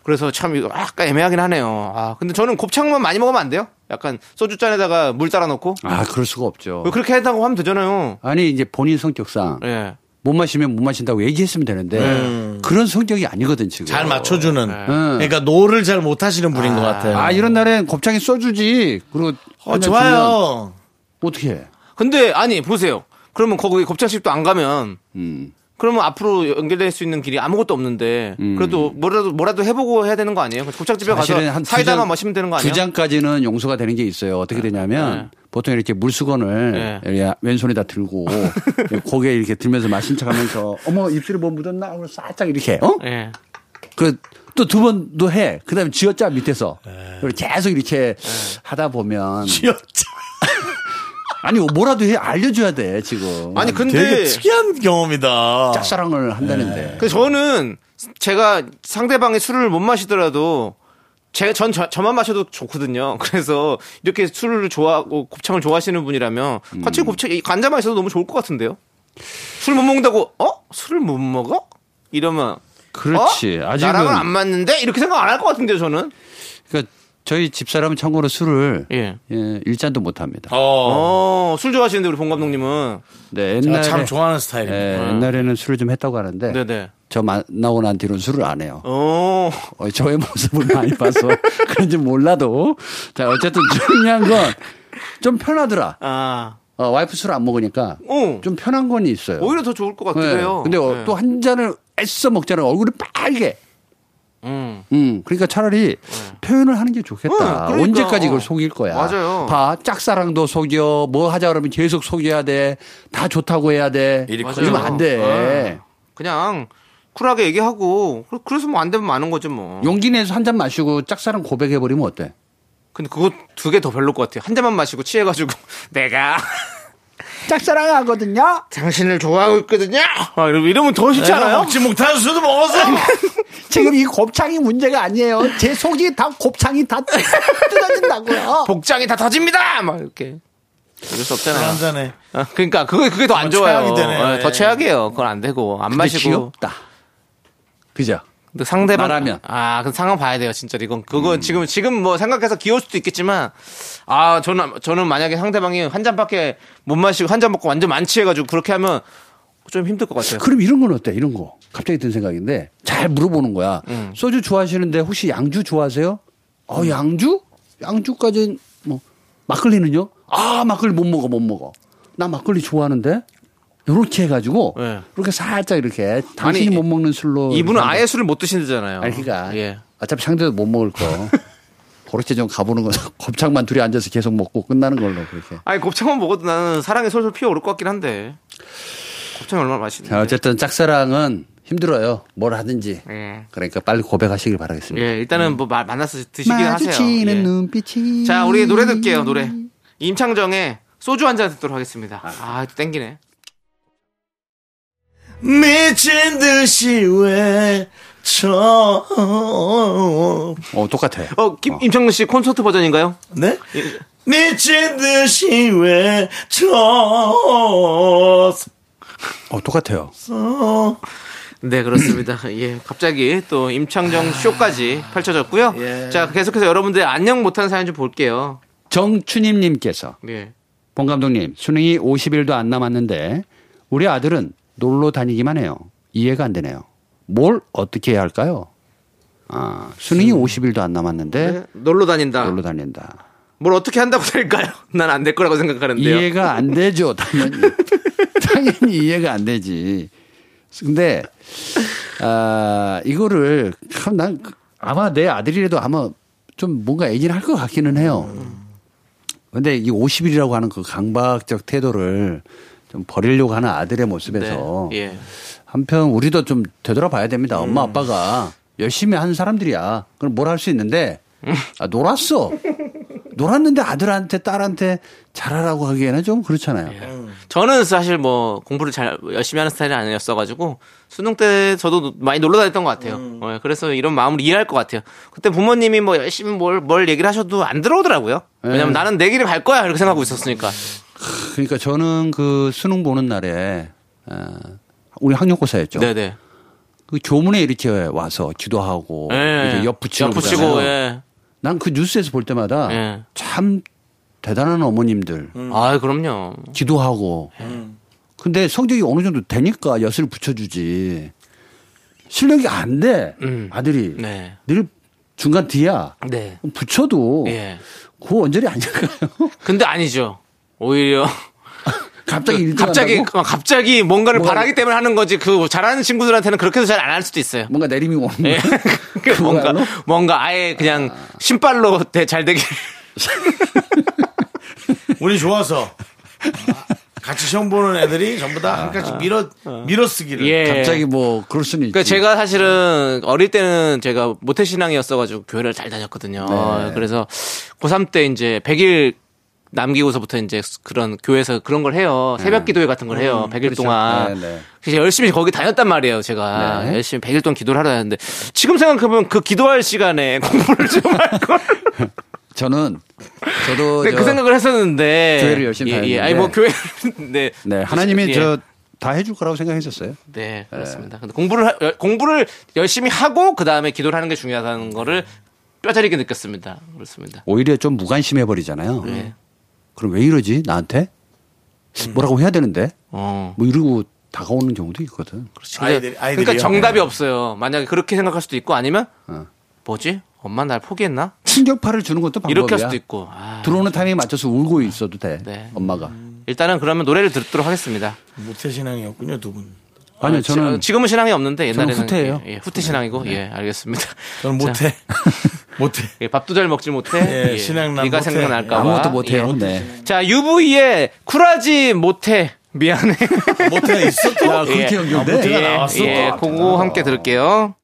B: 그래서 참 이거 약간 애매하긴 하네요. 아, 근데 저는 곱창만 많이 먹으면 안 돼요? 약간 소주잔에다가 물 따라 놓고
G: 아, 그럴 수가 없죠.
B: 왜 그렇게 했다고 하면 되잖아요.
G: 아니, 이제 본인 성격상
B: 어. 예.
G: 못 마시면 못 마신다고 얘기했으면 되는데
B: 네.
G: 그런 성격이 아니거든, 지금.
A: 잘 맞춰주는
G: 응.
A: 그러니까 노를 잘 못하시는 분인 것 같아요
G: 아, 이런 날엔 곱창이 써주지. 그리고.
A: 어, 좋아요
G: 어떻게 해?
B: 근데 아니 보세요. 그러면 거기 곱창집도 안 가면
G: 음.
B: 그러면 앞으로 연결될 수 있는 길이 아무것도 없는데 그래도 뭐라도 뭐라도 해보고 해야 되는 거 아니에요? 곱창집에
G: 사실은
B: 가서
G: 한두
B: 음. 사이다만
G: 잔-
B: 마시면 되는 거 네. 아니에요?
G: 두 잔까지는 용서가 되는 게 있어요. 어떻게 되냐면 보통 이렇게
B: 네.
G: 물수건을 이렇게 왼손에다 들고 고개 이렇게 들면서 마신 척하면서 어머 입술에 뭐 묻었나 하고 살짝 이렇게 어?
B: 예.
G: 그또 두 번도 해. 그다음에 쥐어짜 밑에서
B: 네.
G: 그리고 계속 이렇게 하다 보면
A: 귀엽죠
G: 아니 뭐라도 해 알려줘야 돼 지금.
A: 되게
B: 아니 근데
A: 특이한 경험이다
G: 짝사랑을 한다는데.
B: 그 저는 제가 상대방이 술을 못 마시더라도 제, 전 저, 만 마셔도 좋거든요. 그래서 이렇게 술을 좋아하고 곱창을 좋아하시는 분이라면
G: 음.
B: 같이 곱창 이 간장 마셔도 너무 좋을 것 같은데요. 술 못 먹는다고 어 술을 못 먹어 이러면
G: 그렇지.
B: 어?
G: 아직은-
B: 나랑은 안 맞는데 이렇게 생각 안 할 것 같은데요 저는.
G: 그러니까 저희 집사람은 참고로 술을
B: 예.
G: 예, 일잔도 못합니다.
A: 어,
B: 어술 좋아하시는데 우리 본 감독님은
G: 네,
A: 제가
G: 옛날에
A: 참 좋아하는 스타일이에요
G: 예, 옛날에는 술을 좀 했다고 하는데
B: 네네.
G: 저 만나고 난 뒤로는 술을 안 해요.
B: 어
G: 어, 저의 모습을 많이 봐서 그런지 몰라도. 자, 어쨌든 중요한 건 좀 편하더라.
B: 아.
G: 어, 와이프 술 안 먹으니까
B: 어.
G: 좀 편한 건 있어요.
B: 오히려 더 좋을 것
G: 네.
B: 같기도 해요.
G: 근데
B: 예.
G: 또 한 잔을 애써 먹잖아요. 얼굴이 빨개.
B: 음.
G: 음, 그러니까 차라리 표현을 하는 게 좋겠다.
B: 네. 응, 그러니까.
G: 언제까지
B: 어.
G: 이걸 속일 거야.
B: 맞아요.
G: 봐, 짝사랑도 속여, 뭐 하자 그러면 계속 속여야 돼. 다 좋다고 해야 돼.
A: 일이 커요.
G: 이러면 안
B: 어. 네.
G: 돼.
B: 그냥 쿨하게 얘기하고 그- 그래서 뭐 안 되면 많은 거죠 뭐.
G: 용기 내서 한 잔 마시고 짝사랑 고백해버리면 어때?
B: 근데 그거 두 개 더 별로 것 같아요. 한 잔만 마시고 취해가지고 내가
G: 짝사랑하거든요.
B: 당신을 좋아하고 있거든요. 아, 이러- 이러면 더 싫지
A: 내가
B: 않아요?
A: 먹지 못한 술도 먹었어
G: 지금 이 곱창이 문제가 아니에요. 제 속이 다 곱창이 다 뜯어진다고요.
B: 복장이 다 터집니다. 막 이렇게 이럴 수
G: 네.
B: 없잖아요.
A: 한잔에
B: 아, 그러니까 그게 그게 더 안 좋아요.
A: 최악이 되네.
B: 아, 더 최악이에요. 그건 안 되고 안
G: 근데
B: 마시고.
G: 귀엽다. 그죠?
B: 근데 상대방
G: 말하면. 음.
B: 아, 그 상황 봐야 돼요, 진짜. 이건 그거 지금 지금 뭐 생각해서 귀여울 수도 있겠지만 아, 저는 저는 만약에 상대방이 한 잔밖에 못 마시고 한 잔 먹고 완전 만취해 가지고 그렇게 하면 좀 힘들 것 같아요.
G: 그럼 이런 건 어때? 이런 거. 갑자기 든 생각인데 잘 물어보는 거야.
B: 음.
G: 소주 좋아하시는데 혹시 양주 좋아하세요? 어, 양주? 양주까지는 뭐 막걸리는요? 아, 막걸리 못 먹어, 못 먹어. 나 막걸리 좋아하는데. 요렇게 해가지고
B: 네.
G: 이렇게 살짝 이렇게 당신이
B: 아니,
G: 못 먹는 술로
B: 이분은
G: 이렇게
B: 아예 술을 못 드신다잖아요.
G: 아니, 그러니까. 그니까.
B: 예.
G: 어차피 상대도 못 먹을 거. 그렇게 좀 가보는 거. 곱창만 둘이 앉아서 계속 먹고 끝나는 걸로, 그렇게.
B: 아니 곱창만 먹어도 나는 사랑이 솔솔 피어오를 것 같긴 한데 곱창이 얼마나 맛있는데
G: 자, 어쨌든 짝사랑은 힘들어요. 뭘 하든지.
B: 예.
G: 그러니까 빨리 고백하시길 바라겠습니다.
B: 예, 일단은 뭐 마- 만나서 드시긴 하세요.
G: 마주치는
B: 예.
G: 눈빛이.
B: 자, 우리 노래 듣게요, 노래. 임창정의 소주 한 잔 듣도록 하겠습니다. 아, 또 땡기네.
A: 미친 듯이 외쳐
G: 어, 똑같아요.
B: 어, 김, 임창정 씨 콘서트 버전인가요?
A: 네? 미친 듯이 외쳐
G: 어, 똑같아요.
B: 네, 그렇습니다. 예, 갑자기 또
G: 아.
B: 임창정 쇼까지 펼쳐졌고요.
A: 예.
B: 자, 계속해서 여러분들 안녕 못한 사연 좀 볼게요.
G: 정춘임님께서
B: 예.
G: 봉 감독님, 수능이 50일도 안 남았는데 우리 아들은 놀러 다니기만 해요. 이해가 안 되네요. 뭘 어떻게 해야 할까요? 아, 수능이 50일도 안 남았는데
B: 네, 놀러 다닌다.
G: 놀러 다닌다.
B: 뭘 어떻게 한다고 될까요? 난 안 될 거라고 생각하는데요.
G: 이해가 안 되죠, 당연히. 당연히 이해가 안 되지. 근데, 아, 이거를, 참, 난그 아마 내 아들이라도 아마 좀 뭔가 얘기를 할 것 같기는 해요. 근데 이 50일이라고 하는 그 강박적 태도를 좀 버리려고 하는 아들의 모습에서
B: 네, 예.
G: 한편 우리도 좀 되돌아봐야 됩니다. 엄마 아빠가 열심히 하는 사람들이야. 그럼 뭘 할 수 있는데 아, 놀았어. 놀았는데 아들한테 딸한테 잘하라고 하기에는 좀 그렇잖아요.
B: 저는 사실 뭐 공부를 잘 열심히 하는 스타일이 아니었어가지고 수능 때 저도 노- 많이 놀러 다녔던 것 같아요.
G: 음.
B: 어, 그래서 이런 마음을 이해할 것 같아요. 그때 부모님이 뭐 열심히 뭘, 뭘 얘기를 하셔도 안 들어오더라고요. 왜냐면
G: 예.
B: 나는 내 길을 갈 거야 이렇게 생각하고 있었으니까.
G: 그러니까 저는 그 수능 보는 날에 어, 우리 학력고사였죠.
B: 네네.
G: 그 교문에 이렇게 와서 기도하고 이렇게 예, 옆 붙이고
B: 예. 옆붙이고 예.
G: 난 그 뉴스에서 볼 때마다
B: 예.
G: 참 대단한 어머님들
B: 아 그럼요.
G: 기도하고. 근데 성적이 어느 정도 되니까 엿을 붙여주지. 실력이 안 돼.
B: 음.
G: 아들이.
B: 네.
G: 늘 중간 뒤야.
B: 네.
G: 붙여도.
B: 예.
G: 그 원절이 아닐까요?
B: 근데 아니죠. 오히려
G: 갑자기 일등
B: 갑자기
G: 한다고?
B: 어, 갑자기 뭔가를
G: 뭔가- 뭐?
B: 바라기 때문에 하는 거지. 그 잘하는 친구들한테는 그렇게도 잘 안 할 수도 있어요.
G: 뭔가 내림이 오는
B: 예.
G: 거야.
B: 그 뭔가
G: 음. 그걸로?
B: 뭔가 아예 그냥 신발로 대, 잘 되길.
A: 운이 좋아서 아, 같이 시험 보는 애들이 전부 다 한 가지 밀어 밀어쓰기를
B: 예.
G: 갑자기 뭐 그럴 수는 있지. 네.
B: 그러니까 제가 사실은 어릴 때는 제가 모태 신앙이었어가지고 교회를 잘 다녔거든요.
G: 네.
B: 그래서 고3 때 이제 100일 남기고서부터 이제 그런 교회에서 그런 걸 해요. 새벽 기도회 같은 걸 해요. 100일 동안.
G: 네, 네.
B: 그래서 열심히 거기 다녔단 말이에요, 제가.
G: 네.
B: 열심히 100일 동안 기도를 하러 다녔는데 지금 생각해보면 그 기도할 시간에 공부를 좀 할 걸.
G: 저는 저도
B: 네,
G: 뭐 저-
B: 그 생각을 했었는데.
G: 교회를 열심히
B: 예, 예.
G: 다녔는데.
B: 아니, 뭐 교회. 네.
G: 네, 하나님이
B: 예.
G: 저 다 해줄 거라고 생각했었어요.
B: 네, 그렇습니다. 근데 공부를 하- 열- 공부를 열심히 하고 그 다음에 기도를 하는 게 중요하다는 거를 뼈저리게 느꼈습니다. 그렇습니다.
G: 오히려 좀 무관심해 버리잖아요.
B: 네.
G: 그럼 왜 이러지 나한테?
B: 음.
G: 뭐라고 해야 되는데?
B: 어.
G: 뭐 이러고 다가오는 경우도 있거든.
A: 아이들- 아이들이요?
B: 그러니까 정답이 없어요. 만약에 그렇게 생각할 수도 있고 아니면
G: 예. 어.
B: 뭐지? 엄마 날 포기했나?
G: 충격파를 주는 것도 방법이야.
B: 이렇게 할 수도 있고. 아,
G: 들어오는 타임에 맞춰서 울고 있어도 돼.
B: 네.
G: 엄마가.
B: 일단은 그러면 노래를 듣도록 하겠습니다.
A: 모태 신앙이었군요 두 분.
G: 아니요,
B: 어, 지-
G: 저는
B: 지금은 신앙이 없는데 옛날에는
G: 저는 후퇴예요. 네.
B: 예, 예, 후퇴 신앙이고 예, 알겠습니다.
A: 저는
B: 자,
A: 모태 모태
B: 예, 밥도 잘 먹지 못해.
A: 예, 신앙 난
B: 네가
A: 못해.
B: 생각날까 봐.
G: 아무것도 못해요.
B: 예.
G: 네.
B: 자, UV의 쿨하지 못해. 미안해.
A: 모태가 있었고
B: 아,
G: 예. 그렇게 연결돼?
A: 모태가
B: 예,
A: 나왔어.
B: 예,
G: 아,
B: 그거 함께 들을게요.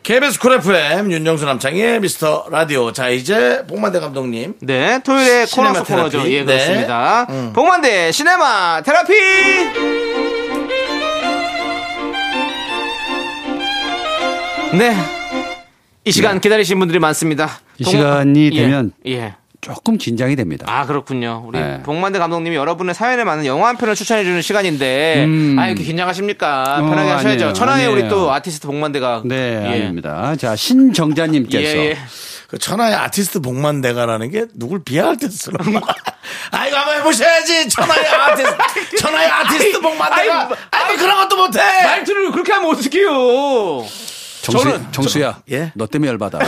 A: KBS 쿨 FM 윤정수 남창의 미스터 라디오 자 이제 복만대 감독님
B: 네, 토요일에 코너
A: 시네마
B: 속 코너죠.
A: 테라피.
B: 예, 그렇습니다.
A: 네. 음.
B: 복만대 시네마 테라피! 네. 이 시간 기다리신 분들이 많습니다.
G: 예. 이 시간이
B: 예,
G: 되면
B: 예.
G: 조금 긴장이 됩니다.
B: 아 그렇군요. 우리
G: 네.
B: 복만대 감독님이 여러분의 사연에 맞는 영화 한 편을 추천해 주는 시간인데
G: 음.
B: 아 이렇게 긴장하십니까?
G: 어,
B: 편하게 하셔야죠.
G: 아니에요.
B: 천하의 우리
G: 아니에요.
B: 또 아티스트 복만대가
G: 네,
B: 예.
G: 아닙니다. 자,
B: 예,
G: 신정자님께서
B: 예.
A: 그 천하의 아티스트 복만대가라는 게 누굴 비하할 때 쓰는 말 아이고 한번 해보셔야지 천하의 아티스트 천하의 아티스트 복만대가
B: 아이,
A: 아이고 그런 것도 못해
B: 말투를 그렇게 하면 어떡해요?
G: 정수,
B: 저는-
G: 정수야,
A: 저- 예?
G: 너 때문에 열받아.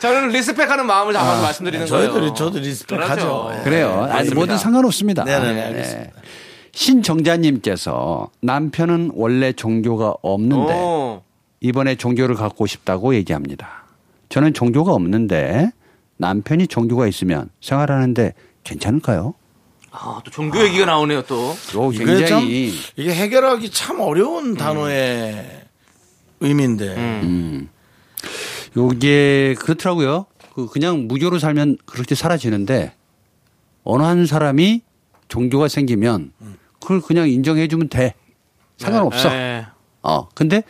B: 저는 리스펙하는 마음을 담아서 말씀드리는 거예요.
A: 저희들이 저도 리스펙하죠
B: 그렇죠.
A: 예.
G: 그래요. 아니,
B: 맞습니다.
G: 뭐든 상관없습니다.
A: 네네네,
G: 네.
A: 알겠습니다.
G: 신정자님께서 남편은 원래 종교가 없는데
B: 오,
G: 이번에 종교를 갖고 싶다고 얘기합니다. 저는 종교가 없는데 남편이 종교가 있으면 생활하는데 괜찮을까요?
B: 아, 또 종교 얘기가 나오네요, 또.
G: 요
A: 이게 참
G: 굉장히
A: 이게 해결하기 참 어려운 단어의 의미인데
G: 요게 그렇더라고요. 그 그냥 무교로 살면 그렇게 사라지는데 어느 한 사람이 종교가 생기면 그걸 그냥 인정해 주면 돼. 상관없어.
B: 예.
G: 어. 근데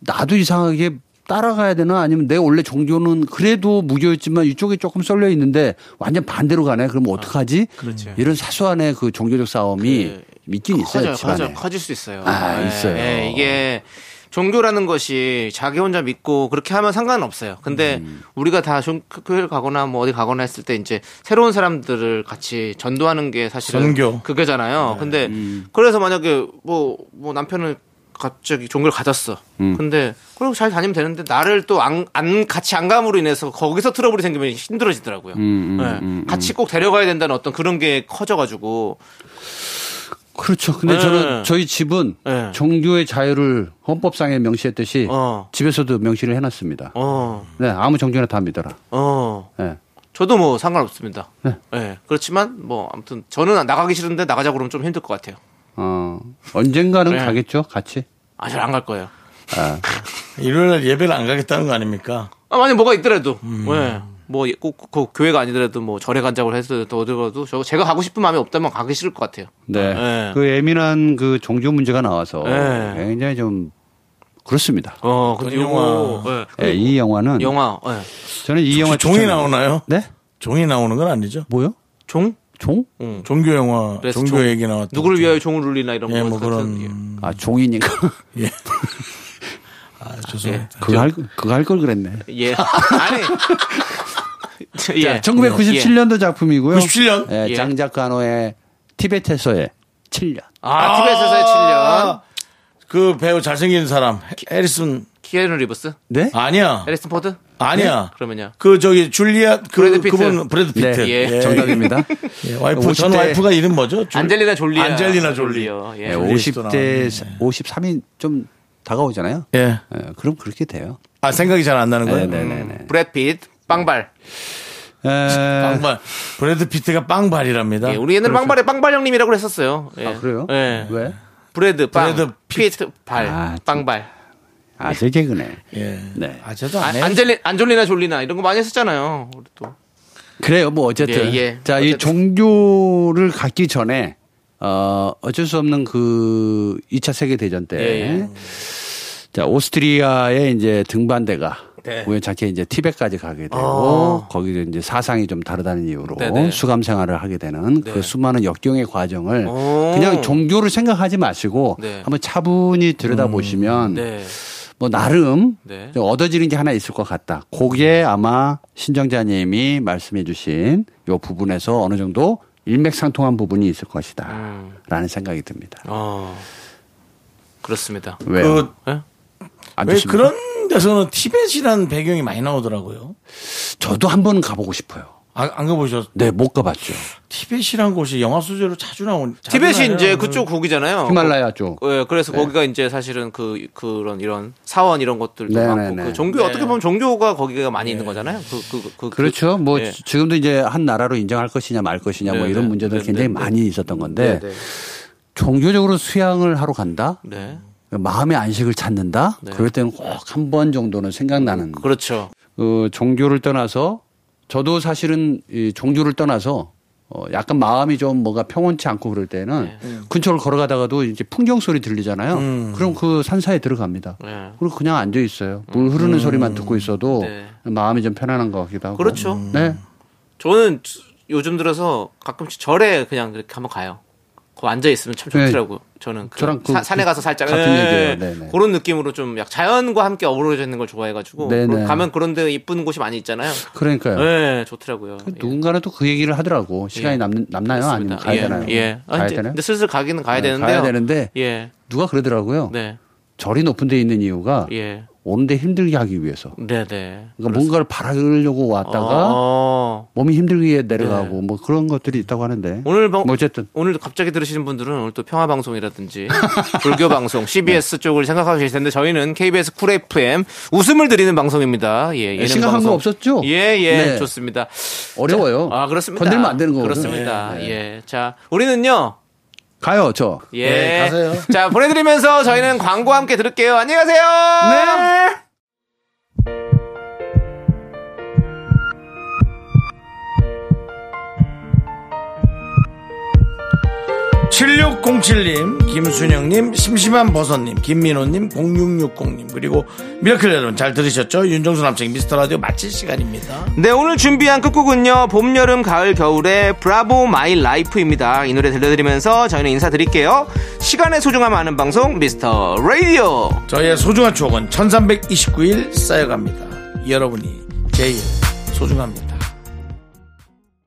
G: 나도 이상하게 따라가야 되나 아니면 내 원래 종교는 그래도 무교였지만 이쪽에 조금 쏠려 있는데 완전 반대로 가네. 그럼 어떡하지?
B: 아, 그렇지.
G: 이런 사소한의 그 종교적 싸움이 있긴
B: 그렇죠. 그
G: 있어요.
B: 커져요,
G: 집안에.
B: 커져, 커질 수 있어요.
G: 아,
B: 예,
G: 있어요.
B: 예, 이게 종교라는 것이 자기 혼자 믿고 그렇게 하면 상관은 없어요. 근데
G: 음.
B: 우리가 다 종교를 가거나 뭐 어디 가거나 했을 때 이제 새로운 사람들을 같이 전도하는 게 사실은
A: 선교.
B: 그게잖아요.
G: 네.
B: 근데
G: 음.
B: 그래서 만약에 뭐, 뭐 남편은 갑자기 종교를 가졌어.
G: 음.
B: 근데 그리고 잘 다니면 되는데 나를 또 안 같이 안 감으로 인해서 거기서 트러블이 생기면 힘들어지더라고요.
G: 음, 음,
B: 예.
G: 음, 음.
B: 같이 꼭 데려가야 된다는 어떤 그런 게 커져가지고
G: 그렇죠. 근데
B: 네.
G: 저는 저희 집은
B: 네.
G: 종교의 자유를 헌법상에 명시했듯이
B: 어.
G: 집에서도 명시를 해놨습니다.
B: 어
G: 네, 아무 종교나 다 믿어라.
B: 어.
G: 네.
B: 저도 뭐 상관없습니다. 예.
G: 네.
B: 그렇지만 뭐 아무튼 저는 나가기 싫은데 나가자 그러면 좀 힘들 것 같아요.
G: 어, 언젠가는
B: 네.
G: 가겠죠, 같이.
B: 아, 잘 안 갈 거예요.
A: 일요일 날 예배를 안 가겠다는 거 아닙니까?
B: 아, 만약 뭐가 있더라도. 예. 뭐꼭 그 교회가 아니더라도 뭐 절에 간다고 해서 또 어디 가도 저 제가 가고 싶은 마음이 없다면 가기 싫을 것 같아요.
G: 네.
B: 네.
G: 그 예민한 그 종교 문제가 나와서
B: 네.
G: 굉장히 좀 그렇습니다.
B: 어, 근데 요거 예.
G: 네, 이 영화는
B: 영화 예.
G: 저는 이 영화
A: 종이
G: 추천해요.
A: 나오나요?
G: 네?
A: 종이 나오는 건 아니죠?
G: 뭐요?
B: 종?
G: 종?
A: 종교 영화,
B: 그래서
A: 종교
B: 종-
A: 얘기 나왔다.
B: 누구를 위하여 종을 울리나 이런
A: 예,
B: 거
A: 뭐
B: 같은 예.
A: 그런.
G: 아, 종이니까.
A: 아, 죄송합니다.
G: 그거 할, 그거 할 걸 그랬네.
B: 예. 아니.
G: 자, 1997년도 작품이고요.
A: 예. 97년?
G: 예,
B: 예.
G: 장작간호의 티베트에서의 7년.
B: 아, 티베트에서의 7년.
A: 그 배우 잘생긴 사람, 해리슨.
B: 키아누 리버스?
G: 네?
A: 아니야.
B: 에리슨 포드?
A: 아니야.
B: 네? 그러면요.
A: 그 저기 줄리아 그
B: 브래드 피트.
A: 그분 브래드 피트.
G: 네,
B: 예.
G: 정답입니다.
A: 예, 와이프 전
G: 50대.
A: 와이프가 이름 뭐죠? 줄-
B: 안젤리나 졸리.
A: 안젤리나 졸리.
G: 예,
B: 예.
G: 50대 53인 좀 다가오잖아요.
A: 예.
G: 예, 그럼 그렇게 돼요.
A: 아 생각이 잘 안 나는 거예요.
G: 네네네.
B: 브래드 피트, 빵발.
G: 예, 에...
A: 빵발. 아, 브래드 피트가 빵발이랍니다.
B: 예, 우리 옛날 에 빵발에 빵발 형님이라고 했었어요. 예.
G: 아, 그래요?
A: 네.
B: 예.
G: 왜?
B: 브래드 빵.
A: 브래드
B: 피트 발.
G: 아, 좀-
B: 빵발.
G: 아, 제 개그네.
A: 예.
G: 네.
A: 아 저도
B: 아,
A: 안 해.
B: 안젤리 안졸리나 졸리나 이런 거 많이 했었잖아요. 우리 또.
G: 그래요. 뭐 어쨌든
B: 예, 예.
G: 자, 이
B: 어쨌든.
G: 종교를 갖기 전에 어, 어쩔 수 없는 그 2차 세계 대전 때
B: 예, 예.
G: 자, 오스트리아의 이제 등반대가
B: 네.
G: 우연찮게 이제 티벳까지 가게 되고 거기서 이제 사상이 좀 다르다는 이유로
B: 어. 네, 네.
G: 수감 생활을 하게 되는 그 수많은 역경의 과정을
B: 오.
G: 그냥 종교를 생각하지 마시고
B: 네.
G: 한번 차분히 들여다보시면
B: 네.
G: 뭐 나름
B: 네.
G: 좀 얻어지는 게 하나 있을 것 같다. 그게 아마 신정자님이 말씀해주신 요 부분에서 어느 정도 일맥상통한 부분이 있을
B: 음.
G: 것이다라는 생각이 듭니다.
B: 어. 그렇습니다.
G: 왜?
A: 그,
G: 안
A: 왜
G: 좋습니까?
A: 그런 데서는 티벳이라는 배경이 많이 나오더라고요.
G: 저도 한 번 가보고 싶어요.
A: 아, 안 가보셨?
G: 네, 못 가봤죠.
A: 티벳이란 곳이 영화 소재로 자주 나온. 자주
B: 티벳이
A: 나와요.
B: 이제 그쪽 곡이잖아요.
G: 히말라야 쪽.
B: 예, 그래서 거기가 이제 사실은 그 그런 이런 사원 이런 것들도
G: 네,
B: 많고
G: 네, 네.
B: 그 종교 어떻게 보면 종교가 거기가 많이 있는 거잖아요. 그 그 그
G: 그렇죠. 뭐
B: 예.
G: 지- 지금도 이제 한 나라로 인정할 것이냐 말 것이냐 뭐
B: 네,
G: 이런
B: 네.
G: 문제들
B: 네,
G: 굉장히
B: 네, 네.
G: 많이 있었던 건데
B: 네, 네.
G: 종교적으로 수양을 하러 간다.
B: 네.
G: 마음의 안식을 찾는다. 그럴 때는 꼭 한 번 정도는 생각나는
B: 그렇죠.
G: 어, 종교를 떠나서 저도 사실은 이 종교를 떠나서 어, 약간 마음이 좀 뭔가 평온치 않고 그럴
B: 네.
G: 때는 근처를 걸어가다가도 이제 풍경 소리 들리잖아요.
B: 음.
G: 그럼 그 산사에 들어갑니다.
B: 네.
G: 그리고 그냥 앉아 있어요. 물 흐르는 소리만 듣고 있어도
B: 음. 네.
G: 마음이 좀 편안한 것 같기도 하고.
B: 그렇죠.
G: 네.
B: 저는 요즘 들어서 가끔씩 절에 그냥 그렇게 한번 가요. 거 앉아 있으면 참
G: 네.
B: 좋더라고. 요 저는 그
G: 저랑 그-
B: 사- 산에 가서 살짝
G: 같은
B: 예,
G: 얘기예요.
B: 예.
G: 네, 네.
B: 그런 느낌으로 좀 약 자연과 함께 어우러져 있는 걸 좋아해가지고
G: 네,
B: 그런-
G: 네.
B: 가면 그런데 이쁜 곳이 많이 있잖아요.
G: 그러니까요.
B: 예, 좋더라고요.
G: 그
B: 예.
G: 누군가는 또 그 얘기를 하더라고. 시간이
B: 예.
G: 남, 남나요?
B: 그렇습니다.
G: 아니면 가야
B: 예,
G: 되나요?
B: 예. 아,
G: 가야
B: 이제-
G: 되나요?
B: 근데 슬슬 가기는 가야
G: 네,
B: 되는데.
G: 가야 되는데
B: 예.
G: 누가 그러더라고요.
B: 네.
G: 절이 높은 데 있는 이유가
B: 예.
G: 오는데 힘들게 하기 위해서.
B: 네네.
G: 그러니까 뭔가를 바라려고 왔다가
B: 어,
G: 몸이 힘들게 내려가고 뭐 그런 것들이 있다고 하는데.
B: 오늘 방,
G: 뭐 어쨌든
B: 오늘 갑자기 들으시는 분들은 오늘 또 평화 방송이라든지 불교 방송,
G: 네.
B: CBS 쪽을 생각하고 계실 텐데 저희는 KBS 쿨 FM 웃음을 드리는 방송입니다. 예, 예능
G: 네, 생각한 거
B: 방송.
G: 없었죠?
B: 예, 예,
G: 네.
B: 좋습니다.
G: 어려워요.
B: 아, 그렇습니다.
G: 건들면 안 되는 거거든요.
B: 그렇습니다.
G: 네,
B: 예,
G: 네.
B: 자, 우리는요.
G: 가요, 저.
B: 예.
A: 네, 가세요.
B: 자, 보내드리면서 저희는 광고 함께 들을게요. 안녕히 가세요. 네.
A: 칠육 공칠님 김순영님, 심심한 버섯님, 김민호님, 0660님, 그리고 미라클 여러분 잘 들으셨죠? 윤정수 남창 미스터 라디오 마칠 시간입니다.
B: 네, 오늘 준비한 끝곡은요. 봄, 여름, 가을, 겨울의 브라보 마이 라이프입니다. 이 노래 들려드리면서 저희는 인사드릴게요. 시간의 소중함 아는 방송 미스터 라디오.
A: 저희의 소중한 추억은 1329일 쌓여갑니다. 여러분이 제일 소중합니다.